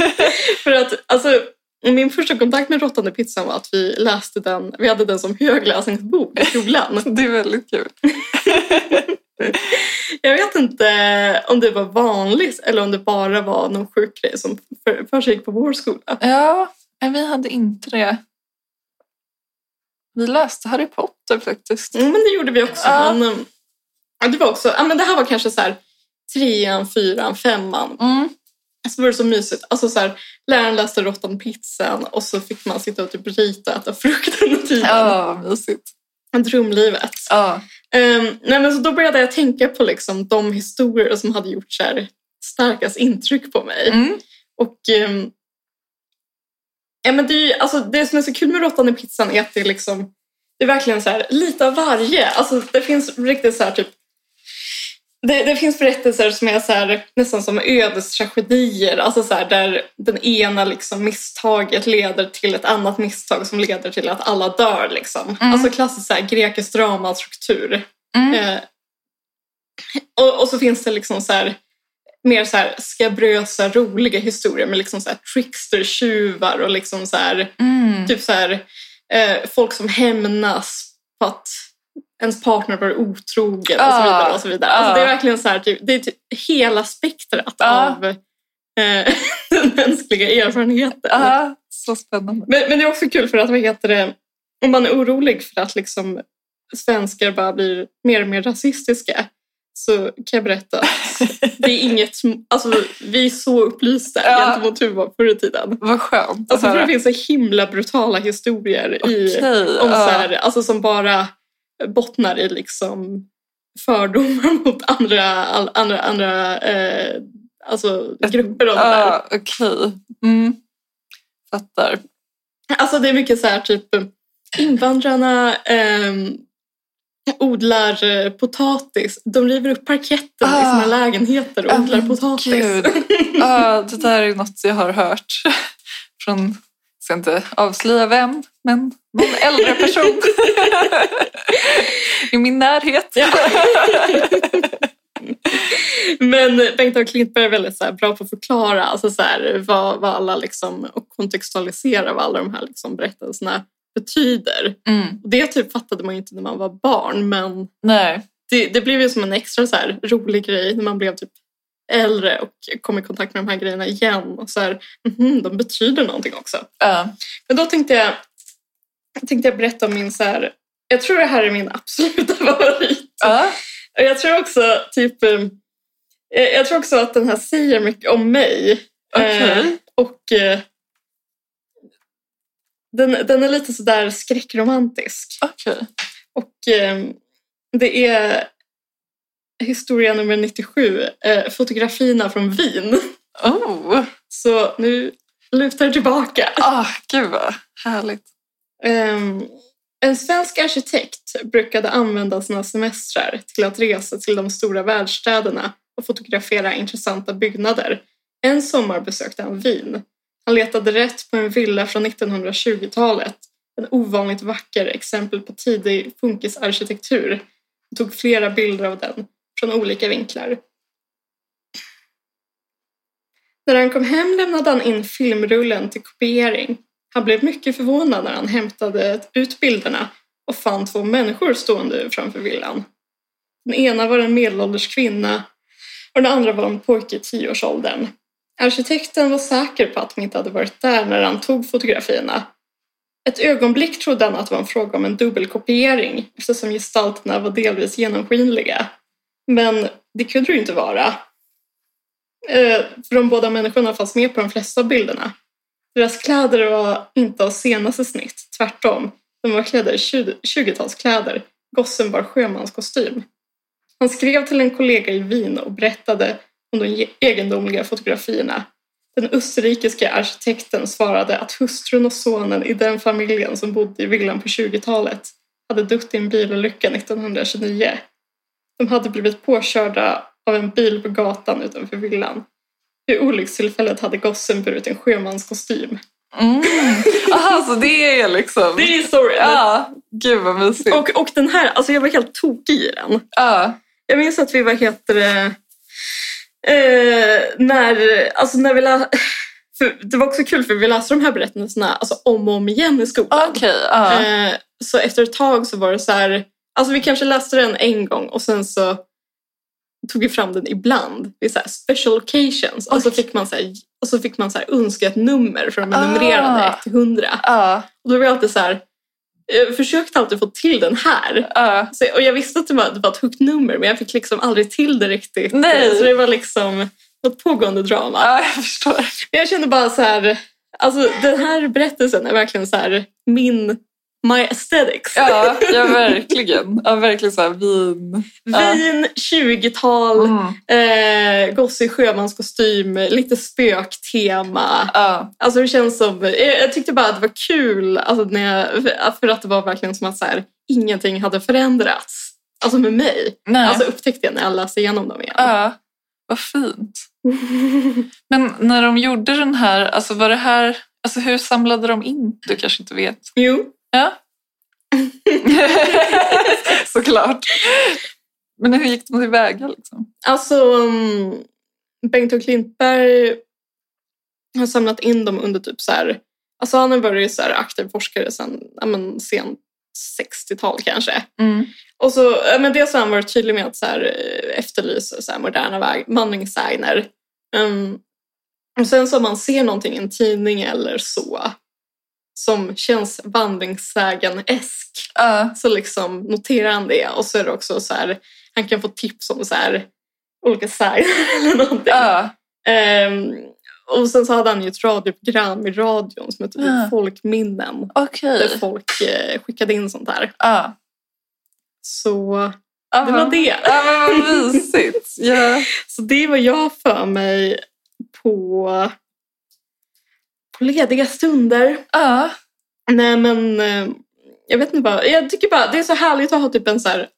[SPEAKER 3] För att alltså, min första kontakt med Råttan i pizzan var att vi läste den, vi hade den som högläsningsbok i skolan.
[SPEAKER 2] det är väldigt kul.
[SPEAKER 3] Jag vet inte om det var vanligt eller om det bara var någon sjuk grej som för, för gick på vår skola.
[SPEAKER 2] Ja, nej, vi hade inte det. Vi läste Harry Potter faktiskt.
[SPEAKER 3] Mm, men det gjorde vi också.
[SPEAKER 2] Ja.
[SPEAKER 3] Men, eh, ja, det var också, ja, men det här var kanske så här trean, fyran, femman.
[SPEAKER 2] Mm.
[SPEAKER 3] Så var det så mysigt. Alltså så här, läraren läste Råttan i pizzan och så fick man sitta och typ rita och äta frukt under tiden.
[SPEAKER 2] Ja, mysigt.
[SPEAKER 3] drömlivet.
[SPEAKER 2] Ja.
[SPEAKER 3] Ehm, nej, men så då började jag tänka på liksom de historier som hade gjort så här starkast intryck på mig.
[SPEAKER 2] Mm.
[SPEAKER 3] Och, ehm, ja, men det, är ju, alltså, det som är så kul med Råttan i pizzan är att det, är liksom, det är verkligen så här, lite av varje. Alltså, det finns riktigt så här typ det, det finns berättelser som är så här, nästan som ödestragedier. Alltså så här, där den ena liksom misstaget leder till ett annat misstag som leder till att alla dör. Liksom.
[SPEAKER 2] Mm.
[SPEAKER 3] Alltså klassisk så här, grekisk dramastruktur.
[SPEAKER 2] Mm.
[SPEAKER 3] Eh, och, och så finns det liksom så här, mer så här skabrösa, roliga historier med liksom så här trickster-tjuvar och liksom så här,
[SPEAKER 2] Mm.
[SPEAKER 3] typ så här, eh, folk som hämnas på att ens partner var otrogen och
[SPEAKER 2] Ja.
[SPEAKER 3] så vidare. Och så vidare.
[SPEAKER 2] Ja.
[SPEAKER 3] Alltså, det är verkligen så här, typ, det är typ hela spektrat
[SPEAKER 2] Ja.
[SPEAKER 3] av eh, den mänskliga erfarenheten.
[SPEAKER 2] Ja, så spännande.
[SPEAKER 3] Men, men det är också kul för att vad heter det, om man är orolig för att liksom svenskar bara blir mer och mer rasistiska så kan jag berätta att det är inget som, alltså vi är så upplysta
[SPEAKER 2] Ja.
[SPEAKER 3] gentemot hur det var förr i tiden.
[SPEAKER 2] Vad skönt att
[SPEAKER 3] Alltså för det
[SPEAKER 2] höra.
[SPEAKER 3] finns så himla brutala historier i,
[SPEAKER 2] Okej,
[SPEAKER 3] om så
[SPEAKER 2] ja.
[SPEAKER 3] här, alltså som bara bottnar i liksom fördomar mot andra, all, andra, andra eh, alltså grupper. Och det där.
[SPEAKER 2] Ja, okej. Mm. Fattar.
[SPEAKER 3] Alltså det är mycket så här typ invandrarna ehm, odlar eh, potatis. De river upp parketten i
[SPEAKER 2] Ah.
[SPEAKER 3] sina lägenheter och
[SPEAKER 2] Ja,
[SPEAKER 3] odlar
[SPEAKER 2] men
[SPEAKER 3] potatis.
[SPEAKER 2] Gud. Ja, det där är något jag har hört från, jag ska inte avslöja vem, men någon äldre person i min närhet.
[SPEAKER 3] Ja. Men Bengt af Klintberg är väldigt så här bra på att förklara alltså så här, vad, vad alla liksom, och kontextualisera vad alla de här liksom berättelserna betyder.
[SPEAKER 2] Mm.
[SPEAKER 3] Och det typ fattade man ju inte när man var barn men
[SPEAKER 2] Nej.
[SPEAKER 3] det, det blev ju som en extra så här, rolig grej när man blev typ äldre och kom i kontakt med de här grejerna igen. Och så här, mhm, de betyder någonting också.
[SPEAKER 2] Ja.
[SPEAKER 3] Men då tänkte jag, tänkte jag berätta om min så här, jag tror det här är min absoluta favorit.
[SPEAKER 2] Ja.
[SPEAKER 3] Och jag tror också typ, eh, jag jag tror också att den här säger mycket om mig.
[SPEAKER 2] Okej.
[SPEAKER 3] Eh, och eh, den, den är lite sådär skräckromantisk.
[SPEAKER 2] Okej.
[SPEAKER 3] Och eh, det är historia nummer 97, eh, fotografierna från Wien.
[SPEAKER 2] Oh.
[SPEAKER 3] Så nu lutar jag tillbaka.
[SPEAKER 2] Ah, gud vad härligt.
[SPEAKER 3] Ehm, en svensk arkitekt brukade använda sina semestrar till att resa till de stora världsstäderna och fotografera intressanta byggnader. En sommar besökte han Wien. Han letade rätt på en villa från 1920-talet. En ovanligt vacker exempel på tidig funkisarkitektur. Han tog flera bilder av den från olika vinklar. När han kom hem lämnade han in filmrullen till kopiering han blev mycket förvånad när han hämtade ut bilderna och fann två människor stående framför villan. Den ena var en medelålders kvinna och den andra var en pojke i tioårsåldern. Arkitekten var säker på att de inte hade varit där när han tog fotografierna. Ett ögonblick trodde han att det var en fråga om en dubbelkopiering eftersom gestalterna var delvis genomskinliga. Men det kunde det ju inte vara. Eh, För de båda människorna fanns med på de flesta bilderna. Deras kläder var inte av senaste snitt, tvärtom. De var klädda i 20- 20-talskläder. Gossen bar sjömanskostym. Han skrev till en kollega i Wien och berättade om de ge- egendomliga fotografierna. Den österrikiska arkitekten svarade att hustrun och sonen i den familjen som bodde i villan på 20-talet hade dött i en bilolycka 1929. De hade blivit påkörda av en bil på gatan utanför villan. Vid olyckstillfället hade gossen burit en sjömanskostym.
[SPEAKER 2] Mm. Aha, så det är liksom...
[SPEAKER 3] Det är storyn!
[SPEAKER 2] Ja, gud vad mysigt.
[SPEAKER 3] Och, och den här, alltså jag var helt tokig i den.
[SPEAKER 2] Ja.
[SPEAKER 3] Jag minns att vi var, heter det, eh, när, alltså när vi lä- för det var också kul för vi läste de här berättelserna alltså om och om igen i skolan.
[SPEAKER 2] Ah, Okej, ja.
[SPEAKER 3] Eh, så efter ett tag så var det så här, alltså vi kanske läste den en gång och sen så tog vi fram den ibland vid så här special occasions. Och så fick man, så här, och så fick man så här önska ett nummer för de är
[SPEAKER 2] Ah.
[SPEAKER 3] numrerade 1 till 100.
[SPEAKER 2] Ja,
[SPEAKER 3] Och då var jag alltid så här, jag försökte alltid få till den här.
[SPEAKER 2] ja.
[SPEAKER 3] Så, och jag visste att det var, det var ett högt nummer men jag fick liksom aldrig till det riktigt.
[SPEAKER 2] Nej.
[SPEAKER 3] Så det var liksom ett pågående drama.
[SPEAKER 2] Ja, jag förstår.
[SPEAKER 3] Men jag kände bara så här, alltså den här berättelsen är verkligen så här min, my aesthetics.
[SPEAKER 2] Ja, ja verkligen. Ja, verkligen så här vin. Ja.
[SPEAKER 3] Vin, 20-tal,
[SPEAKER 2] Mm.
[SPEAKER 3] eh, gosse i sjömanskostym, lite spöktema.
[SPEAKER 2] Ja,
[SPEAKER 3] Alltså det känns som, jag, jag tyckte bara att det var kul alltså när jag, för att det var verkligen som att så här, ingenting hade förändrats. Alltså med mig.
[SPEAKER 2] nej.
[SPEAKER 3] Alltså upptäckte jag när jag läste igenom dem igen.
[SPEAKER 2] ja. Vad fint. Men när de gjorde den här, alltså var det här, alltså hur samlade de in? Du kanske inte vet?
[SPEAKER 3] Jo.
[SPEAKER 2] Ja. Såklart. Men hur gick de tillväga liksom?
[SPEAKER 3] Alltså, um, Bengt och Klintberg har samlat in dem under typ så här... Alltså han har varit så här aktiv forskare sedan ja, men, sent 60-tal kanske.
[SPEAKER 2] Mm.
[SPEAKER 3] Och så, ja, men dels har han varit tydlig med att så här, eh, efterlysa så här, moderna väg- manningssägner. Um, och sen så om man ser någonting i en tidning eller så som känns vandringssägen-esk
[SPEAKER 2] Ja.
[SPEAKER 3] så liksom noterar han det. Och så är det också så här, han kan få tips om så här, olika sägner eller någonting.
[SPEAKER 2] Ja.
[SPEAKER 3] Ehm, och sen så hade han ju ett radioprogram i radion som hette typ
[SPEAKER 2] Ja.
[SPEAKER 3] Folkminnen.
[SPEAKER 2] Okej.
[SPEAKER 3] Där folk eh, skickade in sånt där.
[SPEAKER 2] Ja.
[SPEAKER 3] Så
[SPEAKER 2] Ja,
[SPEAKER 3] det var
[SPEAKER 2] vad-
[SPEAKER 3] det.
[SPEAKER 2] Ja, men vad mysigt. Ja.
[SPEAKER 3] Så det var jag för mig på, på lediga stunder.
[SPEAKER 2] Ja.
[SPEAKER 3] Nej men eh, jag vet inte vad. Jag tycker bara det är så härligt att ha typ en så här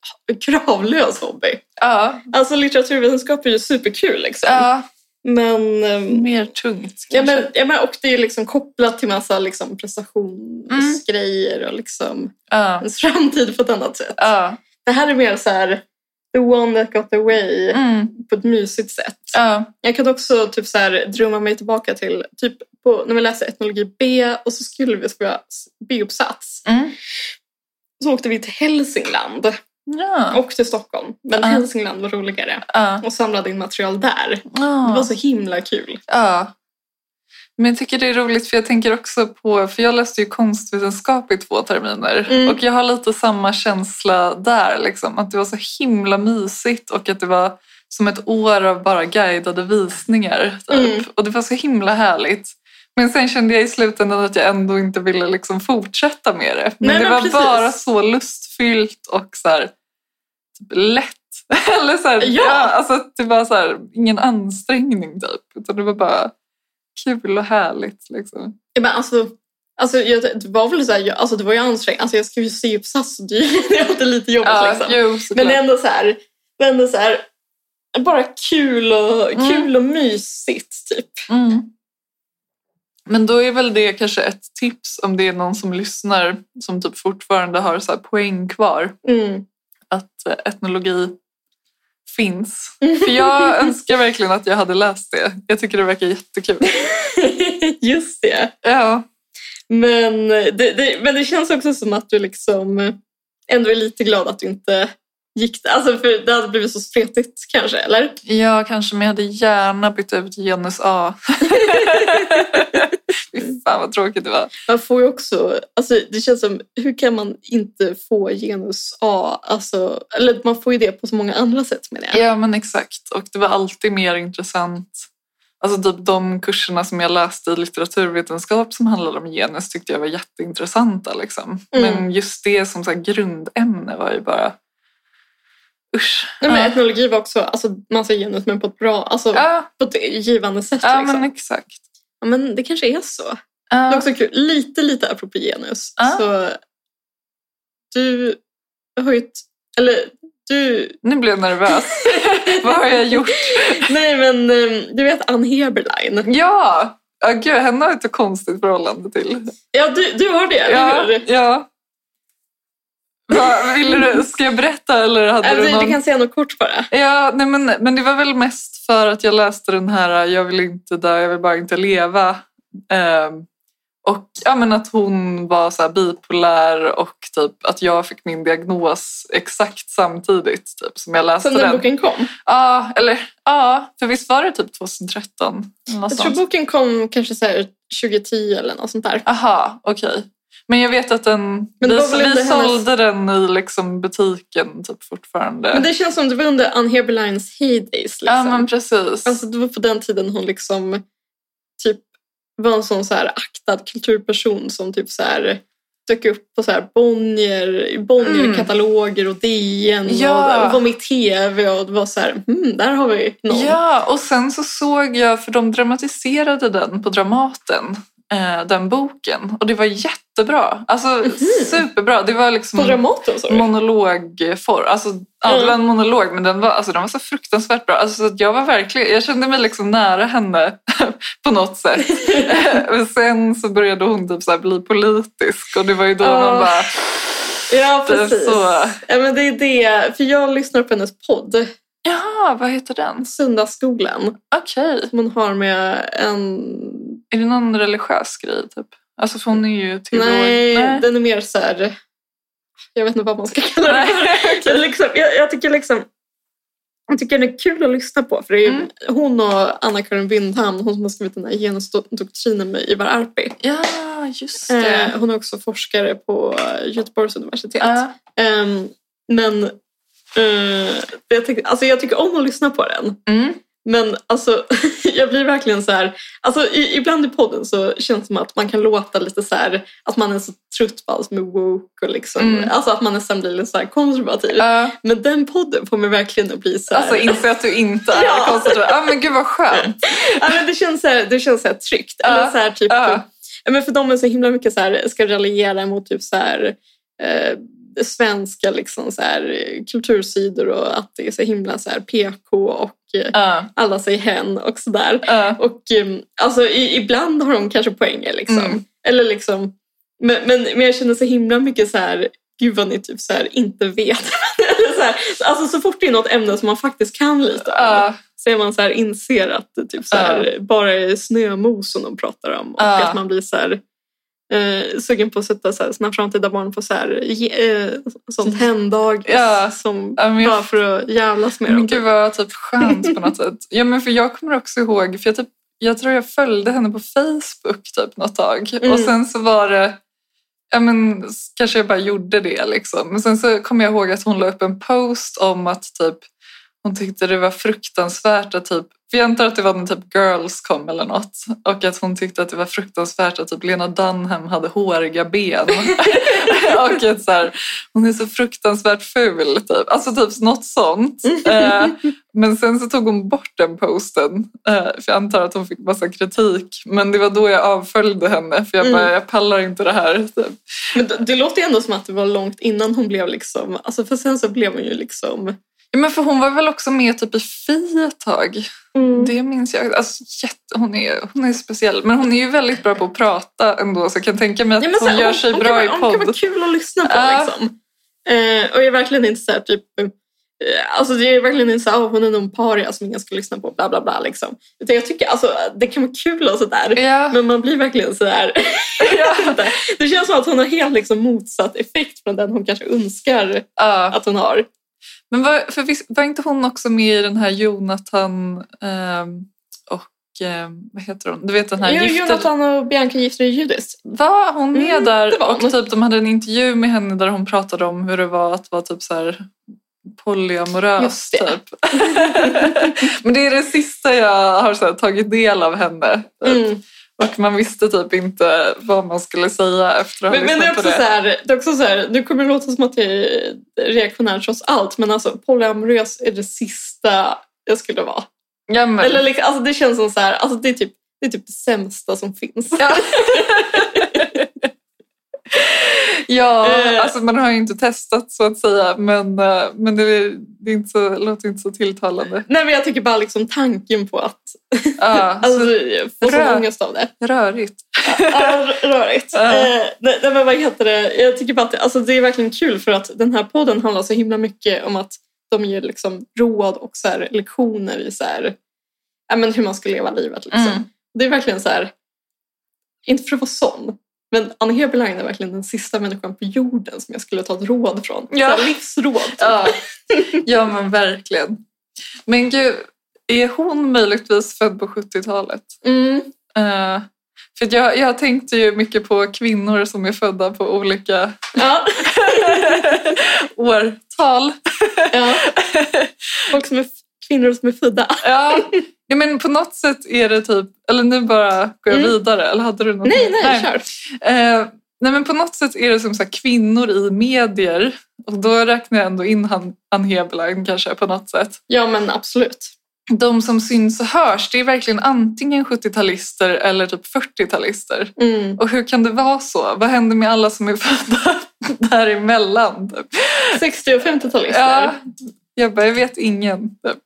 [SPEAKER 3] kravlös hobby.
[SPEAKER 2] Ja.
[SPEAKER 3] Alltså litteraturvetenskap är ju superkul liksom.
[SPEAKER 2] Ja.
[SPEAKER 3] Men, ehm,
[SPEAKER 2] Mer tungt
[SPEAKER 3] ja,
[SPEAKER 2] kanske.
[SPEAKER 3] men, ja, men och det är ju liksom kopplat till massa liksom, prestationsgrejer och liksom
[SPEAKER 2] Ja.
[SPEAKER 3] ens framtid på ett annat sätt.
[SPEAKER 2] Ja.
[SPEAKER 3] Det här är mer så här the one that got away
[SPEAKER 2] Mm.
[SPEAKER 3] på ett mysigt sätt.
[SPEAKER 2] Ja.
[SPEAKER 3] Jag kan också typ så här, drömma mig tillbaka till typ på, när vi läste etnologi B och så skulle vi skriva B-uppsats.
[SPEAKER 2] Mm.
[SPEAKER 3] Så åkte vi till Hälsingland
[SPEAKER 2] Ja.
[SPEAKER 3] och till Stockholm. Men
[SPEAKER 2] Ja.
[SPEAKER 3] Hälsingland var roligare
[SPEAKER 2] Ja.
[SPEAKER 3] och samlade in material där. Det var
[SPEAKER 2] Ja.
[SPEAKER 3] så himla kul.
[SPEAKER 2] Ja. Men jag tycker det är roligt för jag tänker också på, för jag läste ju konstvetenskap i två terminer
[SPEAKER 3] Mm.
[SPEAKER 2] och jag har lite samma känsla där, liksom, att det var så himla mysigt och att det var som ett år av bara guidade visningar. Typ.
[SPEAKER 3] Mm.
[SPEAKER 2] Och det var så himla härligt. Men sen kände jag i slutändan att jag ändå inte ville liksom fortsätta med det. Men
[SPEAKER 3] Nej,
[SPEAKER 2] det
[SPEAKER 3] men
[SPEAKER 2] var
[SPEAKER 3] precis.
[SPEAKER 2] bara så lustfyllt och så här, typ lätt. Eller så här,
[SPEAKER 3] Ja.
[SPEAKER 2] ja. alltså att det var så här, ingen ansträngning typ. Utan det var bara kul och härligt. Liksom.
[SPEAKER 3] Ja, Men alltså, alltså, jag, det var väl så här, jag, alltså det var ju ansträngt. Alltså jag skrev ju C-uppsats så det är ju- det är alltid lite jobbigt
[SPEAKER 2] Ja,
[SPEAKER 3] liksom.
[SPEAKER 2] jo, såklart.
[SPEAKER 3] Men det är ändå så här, det är ändå så här bara kul och,
[SPEAKER 2] Mm.
[SPEAKER 3] kul och mysigt typ.
[SPEAKER 2] Mm. Men då är väl det kanske ett tips om det är någon som lyssnar som typ fortfarande har så här poäng kvar.
[SPEAKER 3] Mm.
[SPEAKER 2] Att eh, etnologi finns.
[SPEAKER 3] Mm.
[SPEAKER 2] För jag önskar verkligen att jag hade läst det. Jag tycker det verkar jättekul.
[SPEAKER 3] Just det.
[SPEAKER 2] Ja,
[SPEAKER 3] Men det, det, men det känns också som att du liksom ändå är lite glad att du inte gick det. Alltså för det hade blivit så spretigt kanske, eller?
[SPEAKER 2] jag kanske, men jag hade gärna bytt ut genus A.
[SPEAKER 3] Mm.
[SPEAKER 2] Fy fan vad tråkigt det var.
[SPEAKER 3] Man får ju också, alltså det känns som, hur kan man inte få genus A? Alltså, eller man får ju det på så många andra sätt med det.
[SPEAKER 2] Ja, men exakt. Och det var alltid mer intressant. Alltså typ de kurserna som jag läste i litteraturvetenskap som handlade om genus tyckte jag var jätteintressanta. Liksom.
[SPEAKER 3] Mm.
[SPEAKER 2] Men just det som så här grundämne var ju bara... Usch.
[SPEAKER 3] Nej, men
[SPEAKER 2] ja.
[SPEAKER 3] etnologi var också, alltså man säger genus men på ett bra, alltså
[SPEAKER 2] Ja,
[SPEAKER 3] på ett givande sätt
[SPEAKER 2] ja,
[SPEAKER 3] liksom.
[SPEAKER 2] men exakt.
[SPEAKER 3] Ja, men det kanske är så. Det är
[SPEAKER 2] Ja.
[SPEAKER 3] också kul, lite lite apropå genus.
[SPEAKER 2] Ja.
[SPEAKER 3] Så du har ju ett, eller du,
[SPEAKER 2] Nu blev jag nervös. Vad har jag gjort?
[SPEAKER 3] nej men ehm, du vet Ann Heberlein?
[SPEAKER 2] Ja! Ja, gud, henne har jag ett konstigt förhållande till.
[SPEAKER 3] Ja du, du har det,
[SPEAKER 2] Ja,
[SPEAKER 3] eller hur?
[SPEAKER 2] ja. Vad, ville du, ska jag berätta eller hade
[SPEAKER 3] Alltså,
[SPEAKER 2] du någon... Alltså,
[SPEAKER 3] Du kan säga något kort bara.
[SPEAKER 2] Ja, nej men, men det var väl mest för att jag läste den här Jag vill inte dö, jag vill bara inte leva. Ehm, och ja, men att hon var så här bipolär och typ att jag fick min diagnos exakt samtidigt typ, som jag läste
[SPEAKER 3] Sen när
[SPEAKER 2] den. Alltså,
[SPEAKER 3] boken kom.
[SPEAKER 2] Ja, eller ja, för visst var det typ 2013? Eller något
[SPEAKER 3] Jag tror
[SPEAKER 2] sånt.
[SPEAKER 3] boken kom kanske så här 2010 eller något sånt där.
[SPEAKER 2] Aha, okej. Men jag vet att den,
[SPEAKER 3] Men det
[SPEAKER 2] vi,
[SPEAKER 3] var väl inte
[SPEAKER 2] vi
[SPEAKER 3] hennes-
[SPEAKER 2] sålde den i liksom butiken typ fortfarande.
[SPEAKER 3] Men det känns som det var under Ann Heberleins heydays. Liksom.
[SPEAKER 2] Ja, men precis.
[SPEAKER 3] Alltså det var på den tiden hon liksom typ var en sån så här aktad kulturperson som typ så här dök upp på så här Bonnier, i Bonnier-kataloger och DN
[SPEAKER 2] Ja.
[SPEAKER 3] och, och var med i TV och det var så här, hmm, där har vi någon.
[SPEAKER 2] Ja, och sen så såg jag, för de dramatiserade den på Dramaten, eh, den boken. Och det var jättebra. Alltså superbra. Det var
[SPEAKER 3] Mhm. På
[SPEAKER 2] liksom
[SPEAKER 3] Dramaten sa du?
[SPEAKER 2] monologform. Alltså, ja, det var en monolog, men den var, alltså, den var så fruktansvärt bra. Alltså, så att jag, var verkligen, jag kände mig liksom nära henne på något sätt. Men sen så började hon typ så här bli politisk och det var ju då
[SPEAKER 3] Ah.
[SPEAKER 2] man bara...
[SPEAKER 3] Ja,
[SPEAKER 2] Det är
[SPEAKER 3] precis.
[SPEAKER 2] så.
[SPEAKER 3] Ja, men det är det. För jag lyssnar på hennes podd,
[SPEAKER 2] Ja, vad heter den?
[SPEAKER 3] Söndagsskolan,
[SPEAKER 2] Okej.
[SPEAKER 3] som hon har med en
[SPEAKER 2] Är det någon religiös grej? Typ? Alltså för hon är ju teolog.
[SPEAKER 3] Nej, den är mer så här... Jag vet inte vad man ska kalla det för. Jag, liksom, jag, jag tycker liksom... Jag tycker den är kul att lyssna på. För det är ju
[SPEAKER 2] Mm.
[SPEAKER 3] hon och Anna-Karin Windhamn, hon som har skrivit den här genusdoktrinen med Ivar Arpi.
[SPEAKER 2] ja, just det.
[SPEAKER 3] Eh, hon är också forskare på Göteborgs universitet.
[SPEAKER 2] Mm. Ja.
[SPEAKER 3] Ehm, men eh, jag, tycker, alltså jag tycker om att lyssna på den.
[SPEAKER 2] Mm.
[SPEAKER 3] Men alltså, jag blir verkligen så här... Alltså, i, ibland i podden så känns det som att man kan låta lite så här... Att man är så trött på allt som är woke. Och liksom,
[SPEAKER 2] Mm.
[SPEAKER 3] Alltså att man nästan blir lite så här konservativ.
[SPEAKER 2] Ja.
[SPEAKER 3] Men den podden får mig verkligen att bli så här...
[SPEAKER 2] Alltså inse att du inte är
[SPEAKER 3] Ja.
[SPEAKER 2] konservativ. Ja men gud vad skönt.
[SPEAKER 3] ja, men det känns så här, det känns så här tryggt.
[SPEAKER 2] Ja.
[SPEAKER 3] Eller så här, typ,
[SPEAKER 2] Ja.
[SPEAKER 3] ja, men för de är så himla mycket så här, ska raljera mot typ så här, eh, svenska liksom så här, eh, kultursidor och att det är så himla så här, PK och eh,
[SPEAKER 2] Ja,
[SPEAKER 3] alla säger hen och sådär.
[SPEAKER 2] ja.
[SPEAKER 3] Och eh, alltså, i, ibland har de kanske poänger. Liksom.
[SPEAKER 2] Mm.
[SPEAKER 3] Eller liksom, men, men, men jag känner så himla mycket så här, gud vad ni typ så här, inte vet. Eller så, här, alltså, så fort det är något ämne som man faktiskt kan lite om,
[SPEAKER 2] Ja,
[SPEAKER 3] så är man så här, inser att det typ så här, bara är snömos som de pratar om. Och
[SPEAKER 2] Ja.
[SPEAKER 3] att man blir så här, eh, sugen på att sätta så här, sina framtida barn på så här, ge, eh, sånt händag
[SPEAKER 2] Ja.
[SPEAKER 3] som,
[SPEAKER 2] ja, men jag
[SPEAKER 3] bara för att jävlas med
[SPEAKER 2] Men
[SPEAKER 3] dem.
[SPEAKER 2] gud vad typ skönt på något sätt. Ja, men för jag kommer också ihåg, för jag, typ, jag tror jag följde henne på Facebook typ något tag.
[SPEAKER 3] Mm.
[SPEAKER 2] Och sen så var det, ja men s- kanske jag bara gjorde det liksom. Men sen så kommer jag ihåg att hon la upp en post om att typ hon tyckte det var fruktansvärt att typ, för jag antar att det var när typ Girls kom eller något. Och att hon tyckte att det var fruktansvärt att typ Lena Dunham hade håriga ben. och att så här, hon är så fruktansvärt ful, typ. Alltså typ något sånt.
[SPEAKER 3] Mm.
[SPEAKER 2] Eh, men sen så tog hon bort den posten. eh, För jag antar att hon fick massa kritik. Men det var då jag avföljde henne. För jag bara,
[SPEAKER 3] Mm.
[SPEAKER 2] jag pallar inte det här. Typ.
[SPEAKER 3] Men det, det låter ju ändå som att det var långt innan hon blev liksom... Alltså för sen så blev hon ju liksom...
[SPEAKER 2] Ja, men för hon var väl också med typ i Fi ett tag.
[SPEAKER 3] Mm.
[SPEAKER 2] Det minns jag. Alltså, jätte, hon, är, hon är speciell. Men hon är ju väldigt bra på att prata ändå. Så jag kan tänka mig att
[SPEAKER 3] Ja, men så
[SPEAKER 2] hon
[SPEAKER 3] här,
[SPEAKER 2] gör sig
[SPEAKER 3] hon
[SPEAKER 2] bra
[SPEAKER 3] kan,
[SPEAKER 2] i
[SPEAKER 3] vara- Hon kan vara
[SPEAKER 2] podd.
[SPEAKER 3] kul att lyssna på
[SPEAKER 2] Ja.
[SPEAKER 3] liksom. Eh, och jag är verkligen inte så här typ... eh, Alltså det är verkligen inte så här, "Åh, hon är någon paria som ingen ska lyssna på, bla bla bla liksom. Utan jag tycker alltså det kan vara kul och sådär.
[SPEAKER 2] Ja,
[SPEAKER 3] Men man blir verkligen så här...
[SPEAKER 2] ja,
[SPEAKER 3] Det känns som att hon har helt liksom motsatt effekt från den hon kanske önskar
[SPEAKER 2] ja.
[SPEAKER 3] att hon har.
[SPEAKER 2] Men var, för visst, var inte hon också med i den här Jonathan ehm, och ehm, vad heter hon? Du vet den här
[SPEAKER 3] Jo,
[SPEAKER 2] gifter-
[SPEAKER 3] Jonathan och Bianca gifter i judiskt.
[SPEAKER 2] Var hon med
[SPEAKER 3] Mm,
[SPEAKER 2] där?
[SPEAKER 3] det var
[SPEAKER 2] och
[SPEAKER 3] hon.
[SPEAKER 2] typ, de hade en intervju med henne där hon pratade om hur det var att vara typ så här polyamorös.
[SPEAKER 3] Just det.
[SPEAKER 2] Typ. Men det är det sista jag har så här, tagit del av henne. typ.
[SPEAKER 3] Mm.
[SPEAKER 2] Och man visste typ inte vad man skulle säga efter att ha
[SPEAKER 3] Men, men det, är
[SPEAKER 2] lyssnat på
[SPEAKER 3] också
[SPEAKER 2] det.
[SPEAKER 3] Så här, det är också så här, nu kommer det låta som att jag är reaktionär trots allt, men alltså polyamorös är det sista jag skulle vara.
[SPEAKER 2] ja, men,
[SPEAKER 3] Eller liksom, alltså det känns som så här, alltså det är typ det är typ det sämsta som finns.
[SPEAKER 2] Ja. ja
[SPEAKER 3] Eh.
[SPEAKER 2] alltså man har ju inte testat så att säga. Men, eh, men det, är- det är inte så, låter inte så tilltalande.
[SPEAKER 3] Nej men jag tycker bara liksom tanken på att
[SPEAKER 2] Ja,
[SPEAKER 3] alltså,
[SPEAKER 2] så
[SPEAKER 3] få sån
[SPEAKER 2] rö-
[SPEAKER 3] ångest av det.
[SPEAKER 2] rörigt.
[SPEAKER 3] Ja, rörigt.
[SPEAKER 2] Ja.
[SPEAKER 3] Eh, nej, nej, men vad heter det? Jag tycker bara att det, alltså, det är verkligen kul för att den här podden handlar så himla mycket om att de ger liksom råd och så här, lektioner i så här, ja, men hur man ska leva livet. Liksom.
[SPEAKER 2] Mm.
[SPEAKER 3] Det är verkligen så här, inte för att vara sån, men Anna Heberlein är verkligen den sista människan på jorden som jag skulle ta ett råd från.
[SPEAKER 2] Ja.
[SPEAKER 3] Så här, livsråd. typ.
[SPEAKER 2] Ja. ja, men verkligen. Men gud, är hon möjligtvis född på 70-talet?
[SPEAKER 3] Mm.
[SPEAKER 2] Eh, för att jag, jag tänkte ju mycket på kvinnor som är födda på olika
[SPEAKER 3] Ja.
[SPEAKER 2] årtal.
[SPEAKER 3] ja. Folk som är f- kvinnor som är födda.
[SPEAKER 2] Ja. ja, men på något sätt är det typ... Eller nu bara går jag
[SPEAKER 3] Mm.
[SPEAKER 2] vidare. Eller hade du något?
[SPEAKER 3] Nej, nej, kör.
[SPEAKER 2] Eh, nej, men på något sätt är det som så här, kvinnor i medier. Och då räknar jag ändå in han- Ann Heberlein kanske på något sätt.
[SPEAKER 3] Ja, men absolut.
[SPEAKER 2] de som syns och hörs, det är verkligen antingen 70-talister eller typ 40-talister.
[SPEAKER 3] Mm.
[SPEAKER 2] Och hur kan det vara så? Vad händer med alla som är födda däremellan? typ?
[SPEAKER 3] 60 och 50-talister?
[SPEAKER 2] Ja, jag bara, jag vet ingen. typ.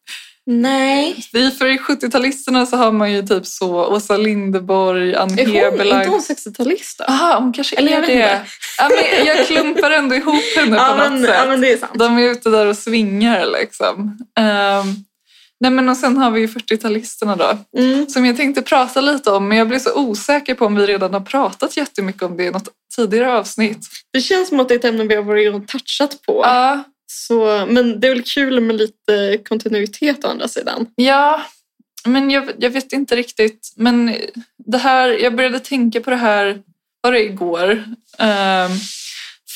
[SPEAKER 3] Nej.
[SPEAKER 2] I- För i 70-talisterna så har man ju typ så Åsa Linderborg, Ann
[SPEAKER 3] Är hon, är inte
[SPEAKER 2] Heberlein.
[SPEAKER 3] hon 60-talist då?
[SPEAKER 2] Aha, hon kanske
[SPEAKER 3] Eller jag
[SPEAKER 2] är
[SPEAKER 3] vet
[SPEAKER 2] det.
[SPEAKER 3] inte.
[SPEAKER 2] Ja, men jag klumpar ändå ihop henne på något sätt.
[SPEAKER 3] det är sant.
[SPEAKER 2] De är ute där och svingar liksom. Ehm, Nej, men och sen har vi ju 40-talisterna då,
[SPEAKER 3] Mm.
[SPEAKER 2] som jag tänkte prata lite om, men jag blev så osäker på om vi redan har pratat jättemycket om det i något tidigare avsnitt.
[SPEAKER 3] Det känns som att det är ett ämne vi har varit och touchat på.
[SPEAKER 2] Ja,
[SPEAKER 3] Så, men det är väl kul med lite kontinuitet å andra sidan.
[SPEAKER 2] ja men jag, jag vet inte riktigt. Men det här, jag började tänka på det här, var det igår? Ehm,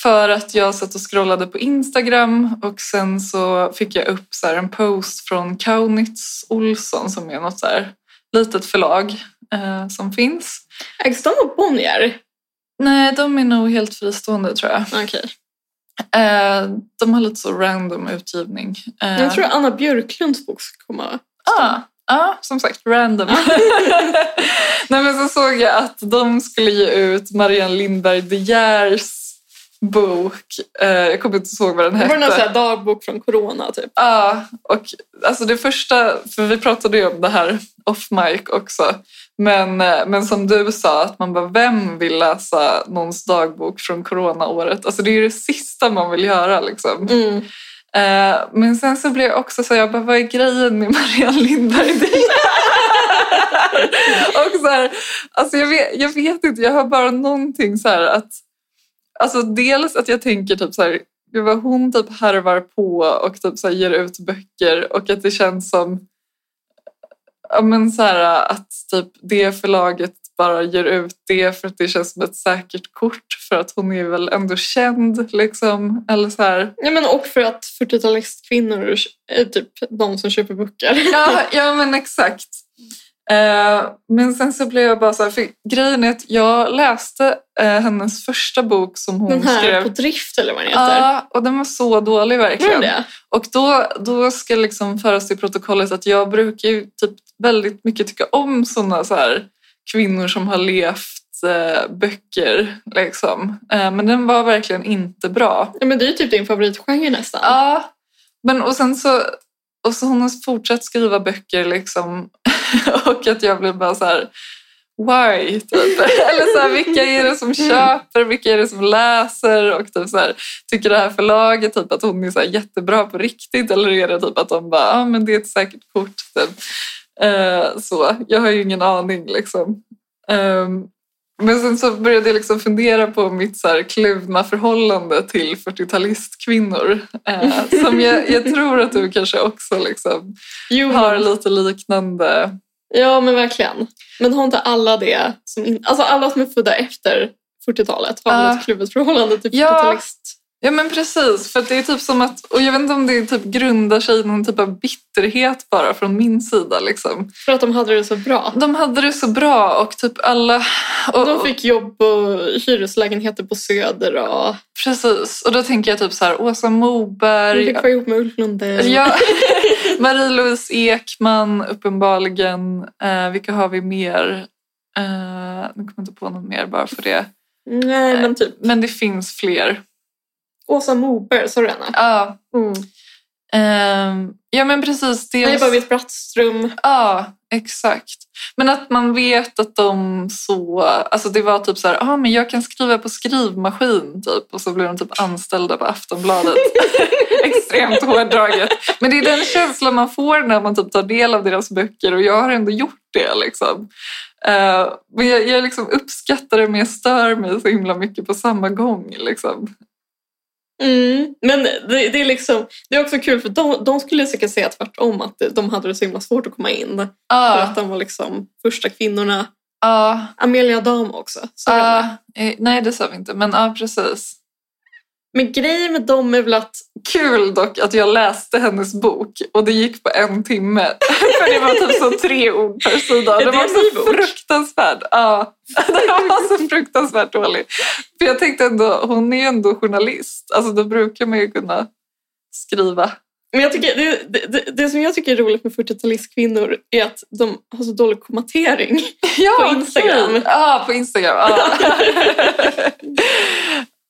[SPEAKER 2] för att jag satt och scrollade på Instagram och sen så fick jag upp så här en post från Kaunitz Olsson som är något så här litet förlag eh, som finns.
[SPEAKER 3] Ägs de av Bonnier?
[SPEAKER 2] Nej, de är nog helt fristående tror jag.
[SPEAKER 3] Okej.
[SPEAKER 2] Eh, de har lite så random utgivning. Eh,
[SPEAKER 3] Jag tror Anna Björklunds bok ska komma.
[SPEAKER 2] Ja, ja, som sagt, random. Nej, men så såg jag att de skulle ge ut Marianne Lindberg De Geers bok. Eh, jag kommer inte ihåg vad den
[SPEAKER 3] Det
[SPEAKER 2] hette.
[SPEAKER 3] var någon sån här dagbok från corona typ.
[SPEAKER 2] Ja, och alltså det första, för vi pratade ju om det här off mic också, men, eh, men som du sa, att man bara, vem vill läsa någons dagbok från coronaåret? Alltså det är ju det sista man vill göra liksom.
[SPEAKER 3] Mm.
[SPEAKER 2] Eh, men sen så blev jag också så, jag bara, vad är grejen med Marianne Lindberg? och så här, alltså jag vet, jag vet inte, jag har bara någonting så här att, alltså dels att jag tänker typ så här, gud vad hon typ härvar på och typ så här ger ut böcker och att det känns som, ja men så här att typ det förlaget bara ger ut det för att det känns som ett säkert kort för att hon är väl ändå känd liksom, eller så här.
[SPEAKER 3] Ja, men och för att 40-talistkvinnor är typ de som köper böcker.
[SPEAKER 2] Ja, ja men exakt. Eh, men sen så blev jag bara så här, för grejen är att jag läste eh, hennes första bok som hon
[SPEAKER 3] Den här
[SPEAKER 2] skrev.
[SPEAKER 3] på drift eller vad den heter.
[SPEAKER 2] Ja, och den var så dålig
[SPEAKER 3] Var den
[SPEAKER 2] verkligen.
[SPEAKER 3] det?
[SPEAKER 2] Och då, då ska liksom föras till protokollet att jag brukar ju typ väldigt mycket tycka om sådana så här kvinnor som har levt eh, böcker. Liksom. Eh, men den var verkligen inte bra.
[SPEAKER 3] Ja, men det är ju typ din favoritgenre nästan.
[SPEAKER 2] Ja, men och sen så... Och så hon har fortsatt skriva böcker liksom. Och att jag blir bara så här... Why? Typ. Eller så här, vilka är det som köper? Vilka är det som läser? Och typ så här, tycker det här förlaget typ att hon är så här jättebra på riktigt? Eller är det typ att de bara, ja ah, men det är ett säkert kort. Typ. Eh, så, jag har ju ingen aning liksom. Ehm, men sen så började jag liksom fundera på mitt så här kluvna förhållande till 40-talistkvinnor. Eh, som jag, jag tror att du kanske också liksom
[SPEAKER 3] Jo,
[SPEAKER 2] har lite liknande.
[SPEAKER 3] Ja, men verkligen. Men har inte alla det? Som in... Alltså alla som är födda efter 40-talet har
[SPEAKER 2] Ja.
[SPEAKER 3] väl ett kluvet förhållande till
[SPEAKER 2] Ja.
[SPEAKER 3] 40-talist?
[SPEAKER 2] Ja men precis, för att det är typ som att, och jag vet inte om det typ grundar sig i någon typ av bitterhet bara från min sida. Liksom.
[SPEAKER 3] För att de hade det så bra.
[SPEAKER 2] De hade det så bra och typ alla... Och,
[SPEAKER 3] De fick jobb och hyreslägenheter på Söder och
[SPEAKER 2] Precis, och då tänker jag typ så här, Åsa
[SPEAKER 3] de
[SPEAKER 2] Moberg,
[SPEAKER 3] fick vara ihop med Ulf Lundell.
[SPEAKER 2] Ja. Marie-Louise Ekman, uppenbarligen. Eh, vilka har vi mer? Eh, nu kommer jag inte på någon mer bara för det.
[SPEAKER 3] Nej, men typ
[SPEAKER 2] Men det finns fler.
[SPEAKER 3] Åsa Moberg, sa du henne?
[SPEAKER 2] Ja,
[SPEAKER 3] Mm.
[SPEAKER 2] ehm, ja men precis. Dels,
[SPEAKER 3] Elisabeth Brattström.
[SPEAKER 2] Ja, exakt. Men att man vet att de så... Alltså det var typ så här, ah, men jag kan skriva på skrivmaskin typ. Och så blev de typ anställda på Aftonbladet. Extremt hårdraget. Men det är den känslan man får när man typ tar del av deras böcker och jag har ändå gjort det. Liksom. Eh, men jag, jag liksom uppskattar det men jag stör mig så himla mycket på samma gång. Liksom.
[SPEAKER 3] Mm. Men det, det, är liksom, det är också kul för de, de skulle säkert säga tvärtom att de hade det så himla svårt att komma in. För
[SPEAKER 2] Ja,
[SPEAKER 3] att de var liksom första kvinnorna.
[SPEAKER 2] ja,
[SPEAKER 3] Amelia Dam också. Så
[SPEAKER 2] ja. Eh, Nej, det sa vi inte, men ja, precis.
[SPEAKER 3] Men grejen med dem är väl att...
[SPEAKER 2] Kul dock att jag läste hennes bok och det gick på en timme. För det var typ så tre ord per sida.
[SPEAKER 3] Är
[SPEAKER 2] Den
[SPEAKER 3] det
[SPEAKER 2] var
[SPEAKER 3] en ny
[SPEAKER 2] så
[SPEAKER 3] bok?
[SPEAKER 2] fruktansvärt. Ja, den var så fruktansvärt dålig. För jag tänkte ändå, hon är ju ändå journalist. Alltså då brukar man ju kunna skriva.
[SPEAKER 3] Men jag tycker, det, det- det, det som jag tycker är roligt med 40-talistkvinnor är att de har så dålig kommatering.
[SPEAKER 2] Ja,
[SPEAKER 3] På Instagram.
[SPEAKER 2] kul. Ja, på Instagram. Ja.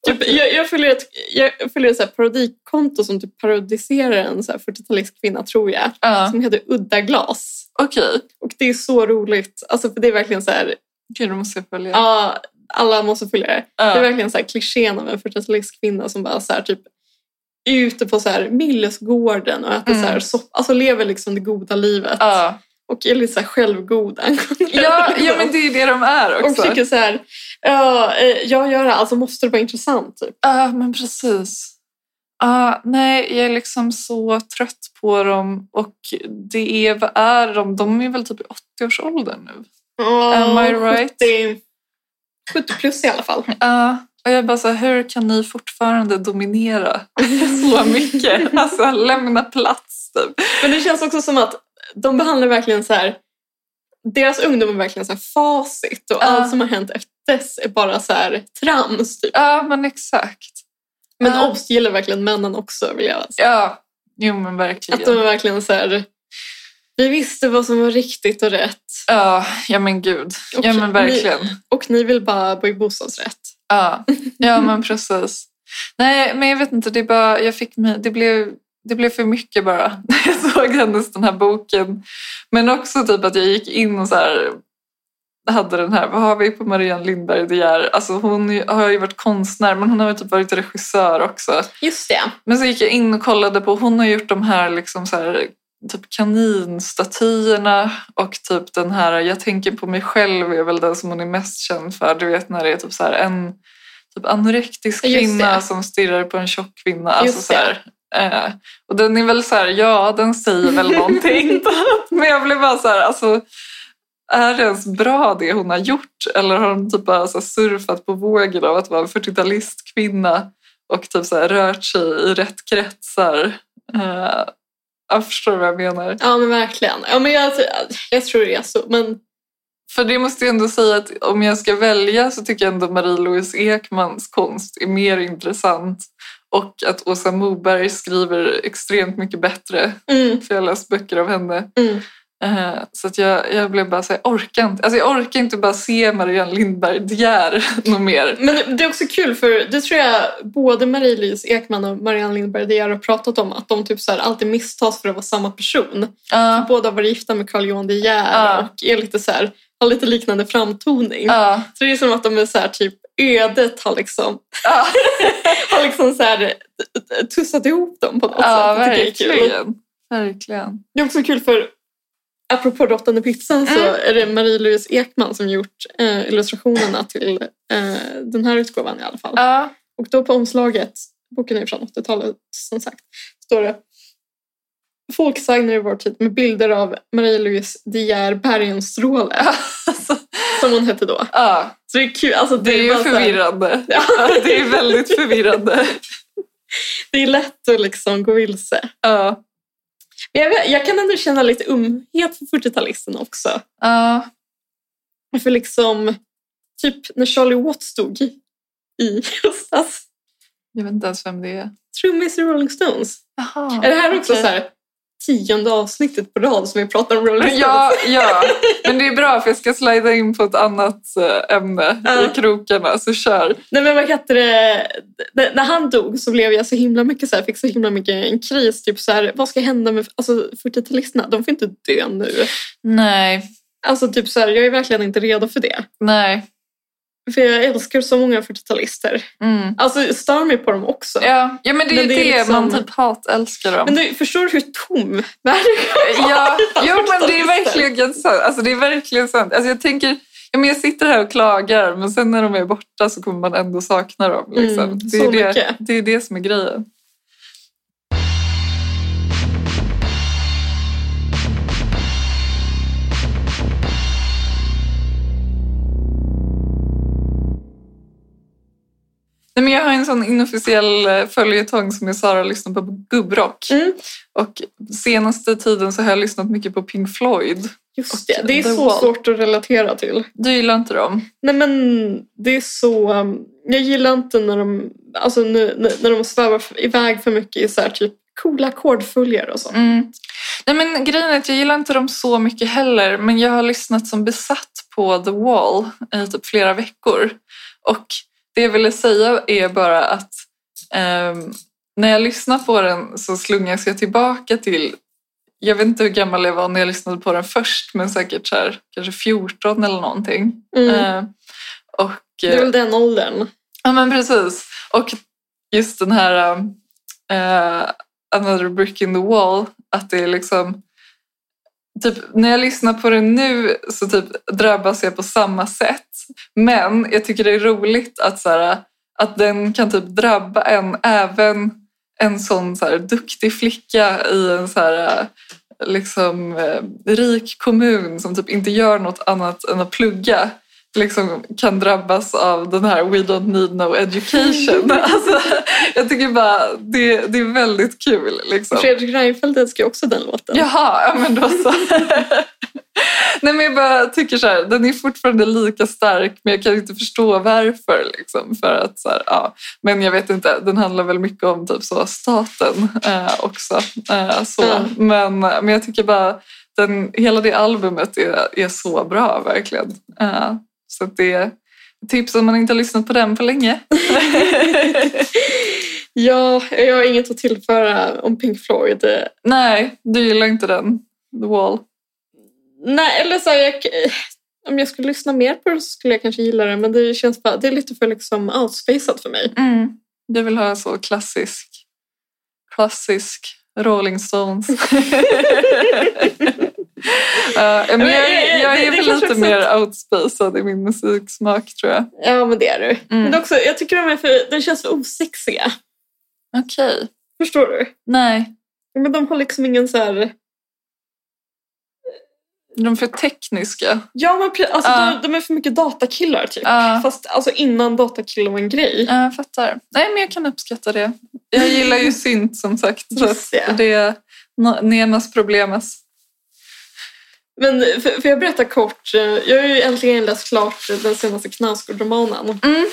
[SPEAKER 3] Typ, jag, jag följer ett, jag följer ett så här parodikonto som typ parodiserar en så här 40-talistkvinna, tror jag.
[SPEAKER 2] ja.
[SPEAKER 3] Som heter Udda Glas.
[SPEAKER 2] Okej,
[SPEAKER 3] Och det är så roligt. Alltså, för det är verkligen så här,
[SPEAKER 2] gud då måste jag följa.
[SPEAKER 3] ja, alla måste följa det. Det är
[SPEAKER 2] Ja.
[SPEAKER 3] verkligen så här klichén av en 40-talist kvinna som bara så här, typ är ute på så här Millesgården och äter
[SPEAKER 2] Mm.
[SPEAKER 3] så här sopp, alltså lever liksom det goda livet.
[SPEAKER 2] Ja,
[SPEAKER 3] Och är lite så här självgod angående
[SPEAKER 2] ja,
[SPEAKER 3] det, liksom.
[SPEAKER 2] ja men det är det de är
[SPEAKER 3] Och
[SPEAKER 2] också.
[SPEAKER 3] tycker så här, ja, eh, jag gör det, alltså måste det vara intressant. Typ.
[SPEAKER 2] Ja, men precis. Ja, nej, jag är liksom så trött på dem. Och det är, vad är de? De är väl typ i 80-årsåldern nu. Am I right?
[SPEAKER 3] 70, 70 plus i alla fall.
[SPEAKER 2] Ja, och jag är bara så här, hur kan ni fortfarande dominera så mycket? Alltså lämna plats typ.
[SPEAKER 3] Men det känns också som att de behandlar verkligen så här, deras ungdom är verkligen så här facit och
[SPEAKER 2] Ja.
[SPEAKER 3] allt som har hänt efter dess är bara så här trams. Typ.
[SPEAKER 2] Ja, men exakt.
[SPEAKER 3] Men
[SPEAKER 2] Ja.
[SPEAKER 3] obs gillar verkligen männen också vill jag säga.
[SPEAKER 2] Ja, jo men verkligen.
[SPEAKER 3] Att de är verkligen så här, vi visste vad som var riktigt och rätt
[SPEAKER 2] Ja, ja men gud.
[SPEAKER 3] Och
[SPEAKER 2] Ja men verkligen.
[SPEAKER 3] och ni vill bara bo i bostadsrätt.
[SPEAKER 2] Ja, ja men precis. Nej, men jag vet inte, det, är bara, jag fick mig, det, blev, det blev för mycket bara när jag såg hennes den här boken. Men också typ att jag gick in och så här, hade den här, vad har vi på Marianne Lindberg De Geer? Alltså hon har ju varit konstnär men hon har ju typ varit regissör också.
[SPEAKER 3] Just det.
[SPEAKER 2] Men så gick jag in och kollade på, hon har gjort de här, liksom så här typ kaninstatyerna och typ den här Jag tänker på mig själv är väl den som hon är mest känd för. Du vet när det är typ så här en typ anorektisk
[SPEAKER 3] Just
[SPEAKER 2] kvinna
[SPEAKER 3] det.
[SPEAKER 2] som stirrar på en tjock kvinna. Alltså
[SPEAKER 3] Just
[SPEAKER 2] så här, eh, och den är väl så här, ja den säger väl någonting. Men jag blev bara så här, alltså är det ens bra det hon har gjort? Eller har hon typ bara så här surfat på vågen av att vara en 40-talist kvinna och typ så här rört sig i rätt kretsar? Eh, jag förstår vad jag menar.
[SPEAKER 3] Ja men verkligen. Ja, men jag, jag tror det är så. Men
[SPEAKER 2] För det måste jag ändå säga att om jag ska välja så tycker jag ändå Marie-Louise Ekmans konst är mer intressant och att Åsa Moberg skriver extremt mycket bättre
[SPEAKER 3] mm,
[SPEAKER 2] för jag har läst böcker av henne.
[SPEAKER 3] Mm.
[SPEAKER 2] Eh, Så att jag, jag blev bara så här, jag orkar inte. Alltså jag orkar inte bara se Marianne Lindberg De Geer något mer.
[SPEAKER 3] Men det är också kul för det tror jag både Marie-Louise Ekman och Marianne Lindberg De Geer har pratat om att de typ så här alltid misstas för att vara samma person.
[SPEAKER 2] Ja,
[SPEAKER 3] Båda var gifta med Carl Johan De Geer
[SPEAKER 2] Ja.
[SPEAKER 3] och är lite så här, har lite liknande framtoning.
[SPEAKER 2] ja,
[SPEAKER 3] Så det är som att de är så här typ ödet har liksom,
[SPEAKER 2] ja,
[SPEAKER 3] har liksom så här eh, tussat ihop dem på något
[SPEAKER 2] ja,
[SPEAKER 3] sätt. Det tycker jag är kul.
[SPEAKER 2] verkligen. Verkligen.
[SPEAKER 3] Det är också kul för apropå råttan i pizzan så
[SPEAKER 2] Mm.
[SPEAKER 3] är det Marie-Louise Ekman som gjort eh, illustrationerna till eh, den här utgåvan i alla fall.
[SPEAKER 2] Ja,
[SPEAKER 3] Och då på omslaget, boken är ju från 80-talet som sagt, står det Folksägner i vår tid med bilder av Marie-Louise De Geer Bergenstråle
[SPEAKER 2] alltså,
[SPEAKER 3] som hon hette då.
[SPEAKER 2] ja.
[SPEAKER 3] Så det är kul, alltså
[SPEAKER 2] Det är ju
[SPEAKER 3] bara så här-
[SPEAKER 2] förvirrande.
[SPEAKER 3] Ja.
[SPEAKER 2] Ja, det är väldigt förvirrande.
[SPEAKER 3] Det är lätt att liksom gå vilse.
[SPEAKER 2] Ja,
[SPEAKER 3] Men jag, vet- jag kan ändå känna lite umhet för 40-talisterna också.
[SPEAKER 2] ja,
[SPEAKER 3] För liksom, typ när Charlie Watts dog i i höstas.
[SPEAKER 2] jag vet inte ens vem det är.
[SPEAKER 3] Trummis i Rolling Stones.
[SPEAKER 2] Jaha,
[SPEAKER 3] är det här också
[SPEAKER 2] okej.
[SPEAKER 3] så här tionde avsnittet på rad som vi pratar om Rolling Stones?
[SPEAKER 2] Ja, ja, men det är bra för jag ska slida in på ett annat eh, ämne
[SPEAKER 3] Ja.
[SPEAKER 2] i krokarna, så kör.
[SPEAKER 3] Nej men vad heter det? N- När han dog så blev jag så himla mycket så här, fick så himla mycket en kris. Typ så här, vad ska hända med alltså, 40-talisterna? De får inte dö nu.
[SPEAKER 2] Nej,
[SPEAKER 3] Alltså typ så här, jag är verkligen inte redo för det.
[SPEAKER 2] nej.
[SPEAKER 3] För jag älskar så många 40-talister.
[SPEAKER 2] Mm.
[SPEAKER 3] Alltså jag stör mig på dem också.
[SPEAKER 2] Ja, ja men det är
[SPEAKER 3] Men
[SPEAKER 2] ju
[SPEAKER 3] det är
[SPEAKER 2] det
[SPEAKER 3] liksom-
[SPEAKER 2] man typ hatälskar dem.
[SPEAKER 3] Men du förstår du hur tom världen
[SPEAKER 2] Ja,
[SPEAKER 3] Utan
[SPEAKER 2] jo, men det är
[SPEAKER 3] förståelse.
[SPEAKER 2] verkligen sant. Alltså, det är verkligen sant. Alltså, jag tänker, ja, men jag sitter här och klagar men sen när de är borta så kommer man ändå sakna dem. Liksom.
[SPEAKER 3] Mm,
[SPEAKER 2] det,
[SPEAKER 3] så
[SPEAKER 2] är det,
[SPEAKER 3] mycket.
[SPEAKER 2] det är det som är grejen. Nej, men jag har en sån inofficiell eh, följetong som är Sara lyssnar på gubbrock.
[SPEAKER 3] Mm.
[SPEAKER 2] Och senaste tiden så har jag lyssnat mycket på Pink Floyd.
[SPEAKER 3] Just det, det är
[SPEAKER 2] The
[SPEAKER 3] så
[SPEAKER 2] Wall.
[SPEAKER 3] svårt att relatera till.
[SPEAKER 2] Du gillar inte dem?
[SPEAKER 3] Nej men det är så... um, Jag gillar inte när de, alltså, nu, när när de svävar f- iväg för mycket i så här, typ coola ackordföljer och så.
[SPEAKER 2] Mm. Nej, men grejen är att jag gillar inte dem så mycket heller men jag har lyssnat som besatt på The Wall i typ flera veckor. Och det jag ville säga är bara att ehm, när jag lyssnar på den så slungas jag tillbaka till jag vet inte hur gammal jag var när jag lyssnade på den först men säkert så här, kanske 14 eller någonting.
[SPEAKER 3] Mm.
[SPEAKER 2] Eh, och,
[SPEAKER 3] Det är väl den åldern.
[SPEAKER 2] Ja men precis. Och just den här um, eh, Another Brick in the Wall. Att det är liksom... Typ, när jag lyssnar på den nu så typ drabbas jag på samma sätt. Men jag tycker det är roligt att, så här, att den kan typ drabba en även en sån så här, duktig flicka i en så här, eh, liksom, eh, rik kommun som typ inte gör något annat än att plugga liksom kan drabbas av den här We don't need no education. Alltså, jag tycker bara det, det är väldigt kul. Liksom.
[SPEAKER 3] Fredrik Reinfeldt älskar ju också den låten.
[SPEAKER 2] Jaha, ja men då så. Nej men jag bara tycker så här, den är fortfarande lika stark men jag kan inte förstå varför. Liksom, för att, så här, ja. Men jag vet inte, den handlar väl mycket om typ, så, staten eh, också. Eh, så.
[SPEAKER 3] Ja.
[SPEAKER 2] Men, men jag tycker bara, den, hela det albumet är, är så bra verkligen. Eh, så att det är tips om man inte har lyssnat på den på länge.
[SPEAKER 3] ja, jag har inget att tillföra om Pink Floyd.
[SPEAKER 2] Nej, du gillar inte den. The Wall.
[SPEAKER 3] Nej, eller så här, jag, om jag skulle lyssna mer på det så skulle jag kanske gilla det men det känns bara, det är lite för liksom outspaced för mig.
[SPEAKER 2] Mm. Du vill ha så klassisk, klassisk Rolling Stones. Ja, men jag,
[SPEAKER 3] Men, eh,
[SPEAKER 2] jag
[SPEAKER 3] det-
[SPEAKER 2] är
[SPEAKER 3] det
[SPEAKER 2] väl
[SPEAKER 3] kanske
[SPEAKER 2] lite
[SPEAKER 3] också-
[SPEAKER 2] mer outspaced i min musiksmak tror jag.
[SPEAKER 3] Ja, men det är du.
[SPEAKER 2] Mm.
[SPEAKER 3] Men också, jag tycker de är för, de känns för osexiga.
[SPEAKER 2] Okej.
[SPEAKER 3] Förstår du?
[SPEAKER 2] Nej,
[SPEAKER 3] Men de har liksom ingen så här...
[SPEAKER 2] de är för tekniska.
[SPEAKER 3] Ja, men pre- alltså,
[SPEAKER 2] Ja.
[SPEAKER 3] de, de är för mycket datakillar typ.
[SPEAKER 2] Ja,
[SPEAKER 3] Fast alltså innan datakillar var en grej.
[SPEAKER 2] ja, jag fattar. Nej, men jag kan uppskatta det. Jag gillar ju synt som sagt. Så
[SPEAKER 3] Just det.
[SPEAKER 2] att det är no- nemas problemas.
[SPEAKER 3] Men för, för jag berätta kort, eh, jag har ju äntligen läst klart eh, den senaste Knausgård-romanen.
[SPEAKER 2] Mm.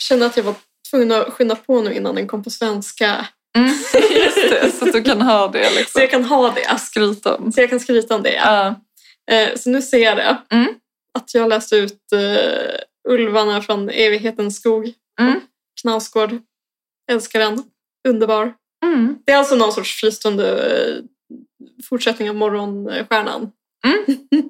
[SPEAKER 3] Kände att jag var tvungen att skynda på nu innan den kom på svenska.
[SPEAKER 2] Mm. Just det, så att du kan ha det
[SPEAKER 3] Så
[SPEAKER 2] liksom.
[SPEAKER 3] jag kan ha det.
[SPEAKER 2] Skryta om.
[SPEAKER 3] Så jag kan skryta om det. ja.
[SPEAKER 2] Ja.
[SPEAKER 3] Eh, Så nu ser jag det.
[SPEAKER 2] Mm.
[SPEAKER 3] Att jag läste ut eh, Ulvarna från evighetens skog.
[SPEAKER 2] Mm.
[SPEAKER 3] Knausgård. Älskar den. Underbar.
[SPEAKER 2] Mm.
[SPEAKER 3] Det är alltså någon sorts fristående eh, fortsättning av Morgonstjärnan.
[SPEAKER 2] Mm.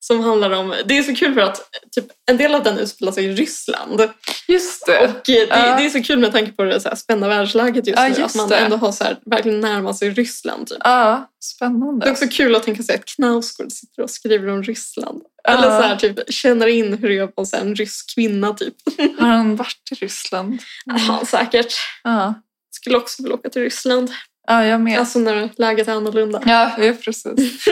[SPEAKER 3] Som handlar om... Det är så kul för att typ, en del av den utspelar sig i Ryssland.
[SPEAKER 2] Just det.
[SPEAKER 3] Och eh, det,
[SPEAKER 2] Ja.
[SPEAKER 3] det är så kul med tanke på det så här, spända världsläget just
[SPEAKER 2] Ja,
[SPEAKER 3] nu. Att
[SPEAKER 2] just
[SPEAKER 3] man
[SPEAKER 2] det.
[SPEAKER 3] ändå har så här, verkligen närmat sig Ryssland. Typ.
[SPEAKER 2] Ja, spännande.
[SPEAKER 3] Det är också kul att tänka sig att Knausgård sitter och skriver om Ryssland.
[SPEAKER 2] Ja.
[SPEAKER 3] Eller så här, typ, känner in hur det är att vara så här en rysk kvinna. Typ.
[SPEAKER 2] Har han varit i Ryssland?
[SPEAKER 3] Ja, säkert.
[SPEAKER 2] Ja,
[SPEAKER 3] Skulle också vilja åka till Ryssland.
[SPEAKER 2] ja jag med.
[SPEAKER 3] Alltså när läget är annorlunda.
[SPEAKER 2] Ja, ja, precis.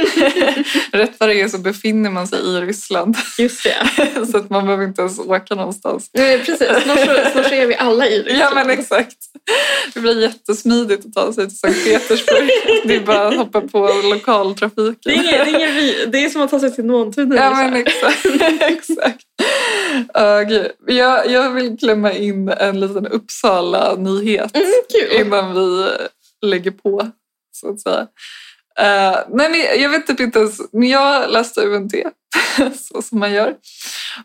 [SPEAKER 2] Rätt vad det är så befinner man sig i Ryssland.
[SPEAKER 3] Just det.
[SPEAKER 2] så att man behöver inte ens åka någonstans.
[SPEAKER 3] Nej, precis. Snart så, snart så är vi alla i Ryssland.
[SPEAKER 2] Ja, men exakt. Det blir jättesmidigt att ta sig till Sankt Petersburg. det är bara att hoppa på
[SPEAKER 3] det, är
[SPEAKER 2] lokaltrafiken.
[SPEAKER 3] inget, det, är inget, vi- det är som att ta sig till Nåntuna.
[SPEAKER 2] Ja, men exakt. exakt. Ja, gud. jag, jag vill klämma in en liten Uppsala-nyhet.
[SPEAKER 3] mm, kul.
[SPEAKER 2] innan vi lägger på, så att säga. Eh, nej, men jag vet typ inte ens, men jag läste UNT, så som man gör.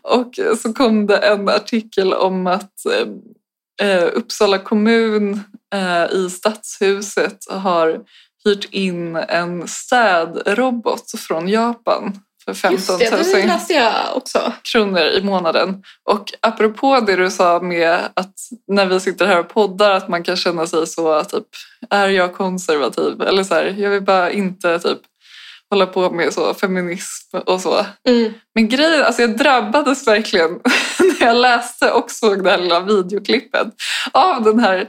[SPEAKER 2] Och så kom det en artikel om att eh, Uppsala kommun eh, i Stadshuset har hyrt in en städrobot från Japan för 15
[SPEAKER 3] Just
[SPEAKER 2] 000
[SPEAKER 3] det, det läste jag också.
[SPEAKER 2] kronor i månaden. Och apropå det du sa med att när vi sitter här och poddar att man kan känna sig så typ, är jag konservativ? Eller så här, jag vill bara inte typ hålla på med så feminism och så.
[SPEAKER 3] Mm.
[SPEAKER 2] Men grejen, alltså jag drabbades verkligen när jag läste och såg det här lilla videoklippet av den här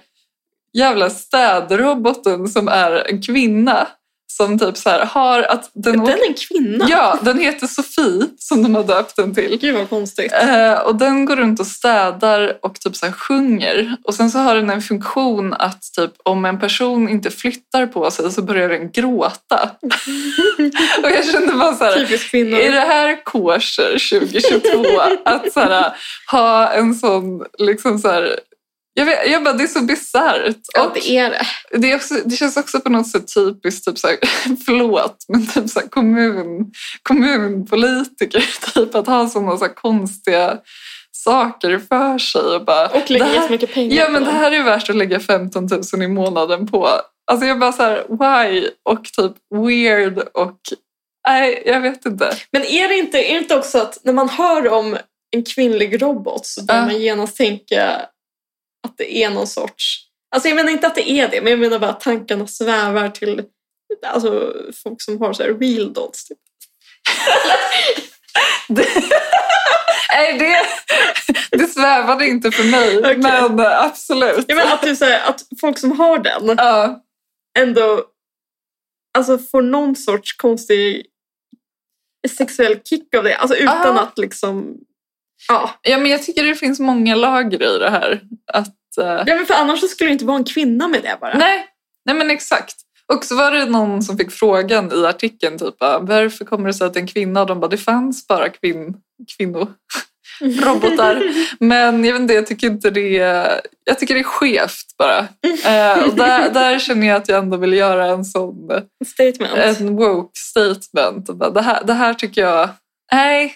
[SPEAKER 2] jävla städroboten som är en kvinna som typ så här har att den...
[SPEAKER 3] Den är en kvinna.
[SPEAKER 2] Ja, den heter Sofie som de har döpt den till.
[SPEAKER 3] Gud vad konstigt.
[SPEAKER 2] Eh, och den går runt och städar och typ så här sjunger. Och sen så har den en funktion att typ om en person inte flyttar på sig så börjar den gråta. och jag kände bara så här,
[SPEAKER 3] Typiskt kvinnor.
[SPEAKER 2] är det här kosher 2022? att så här, ha en sån liksom så här, jag, vet, jag bara, det är så bisarrt.
[SPEAKER 3] Ja,
[SPEAKER 2] Och-
[SPEAKER 3] det är det.
[SPEAKER 2] det, är också, det känns också på något sätt typiskt, typ så här, förlåt, men typ så här kommun, kommunpolitiker typ att ha sådana så här konstiga saker för sig. Och, bara,
[SPEAKER 3] Och
[SPEAKER 2] det
[SPEAKER 3] lägger
[SPEAKER 2] här-
[SPEAKER 3] jättemycket pengar
[SPEAKER 2] Ja,
[SPEAKER 3] på
[SPEAKER 2] men det
[SPEAKER 3] dem.
[SPEAKER 2] här är värt att lägga 15 000 i månaden på. Alltså jag bara så här, why? Och typ weird och... Nej, jag vet inte.
[SPEAKER 3] Men är det, inte, är det inte också att när man hör om en kvinnlig robot så börjar
[SPEAKER 2] Ja.
[SPEAKER 3] man genast tänka att det är någon sorts Alltså jag menar inte att det är det, men jag menar bara att tankarna svävar till alltså, folk som har så här real dolls. Typ.
[SPEAKER 2] Nej, det, det svävade inte för mig,
[SPEAKER 3] Okej.
[SPEAKER 2] men eh, absolut.
[SPEAKER 3] Jag menar att, typ, så här, att folk som har den
[SPEAKER 2] Ja,
[SPEAKER 3] ändå alltså, får någon sorts konstig sexuell kick av det. Alltså utan
[SPEAKER 2] Aha.
[SPEAKER 3] att liksom... Ja.
[SPEAKER 2] ja, men jag tycker det finns många lager i det här. Att, eh,
[SPEAKER 3] ja, men för annars så skulle det inte vara en kvinna med det bara.
[SPEAKER 2] Nej, nej men exakt. Och så var det någon som fick frågan i artikeln typ ah, varför kommer det sig att en kvinna och de bara det fanns bara kvinn, kvinnor. robotar. Men jag vet inte, jag tycker inte det jag tycker det är skevt bara. Eh, och där, där känner jag att jag ändå vill göra en sån
[SPEAKER 3] Statement.
[SPEAKER 2] en woke statement. Och bara, det, här, det här tycker jag, nej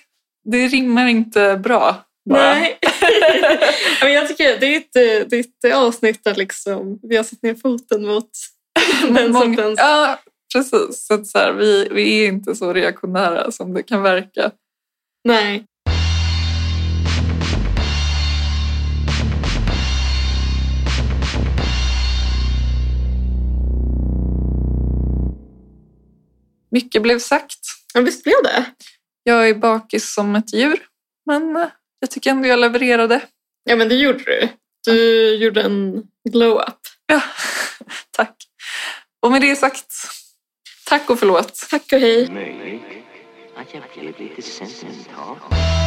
[SPEAKER 2] det rimmar inte bra. Bara.
[SPEAKER 3] Nej. Ja, men jag tycker det är ett, eh, det är ett avsnitt där liksom, vi har satt ner foten mot den
[SPEAKER 2] Många-
[SPEAKER 3] sortens...
[SPEAKER 2] Ja, precis. Så att så här, vi, vi är inte så reaktionära som det kan verka.
[SPEAKER 3] Nej.
[SPEAKER 2] Mycket blev sagt.
[SPEAKER 3] Men visst blev det?
[SPEAKER 2] Jag är bakis som ett djur, men eh, jag tycker ändå jag levererade.
[SPEAKER 3] Ja, men det gjorde du. Du gjorde en glow-up.
[SPEAKER 2] Ja, tack. Och med det sagt, tack och förlåt.
[SPEAKER 3] Tack och hej.
[SPEAKER 1] Möjligt att jag blev lite sentimental.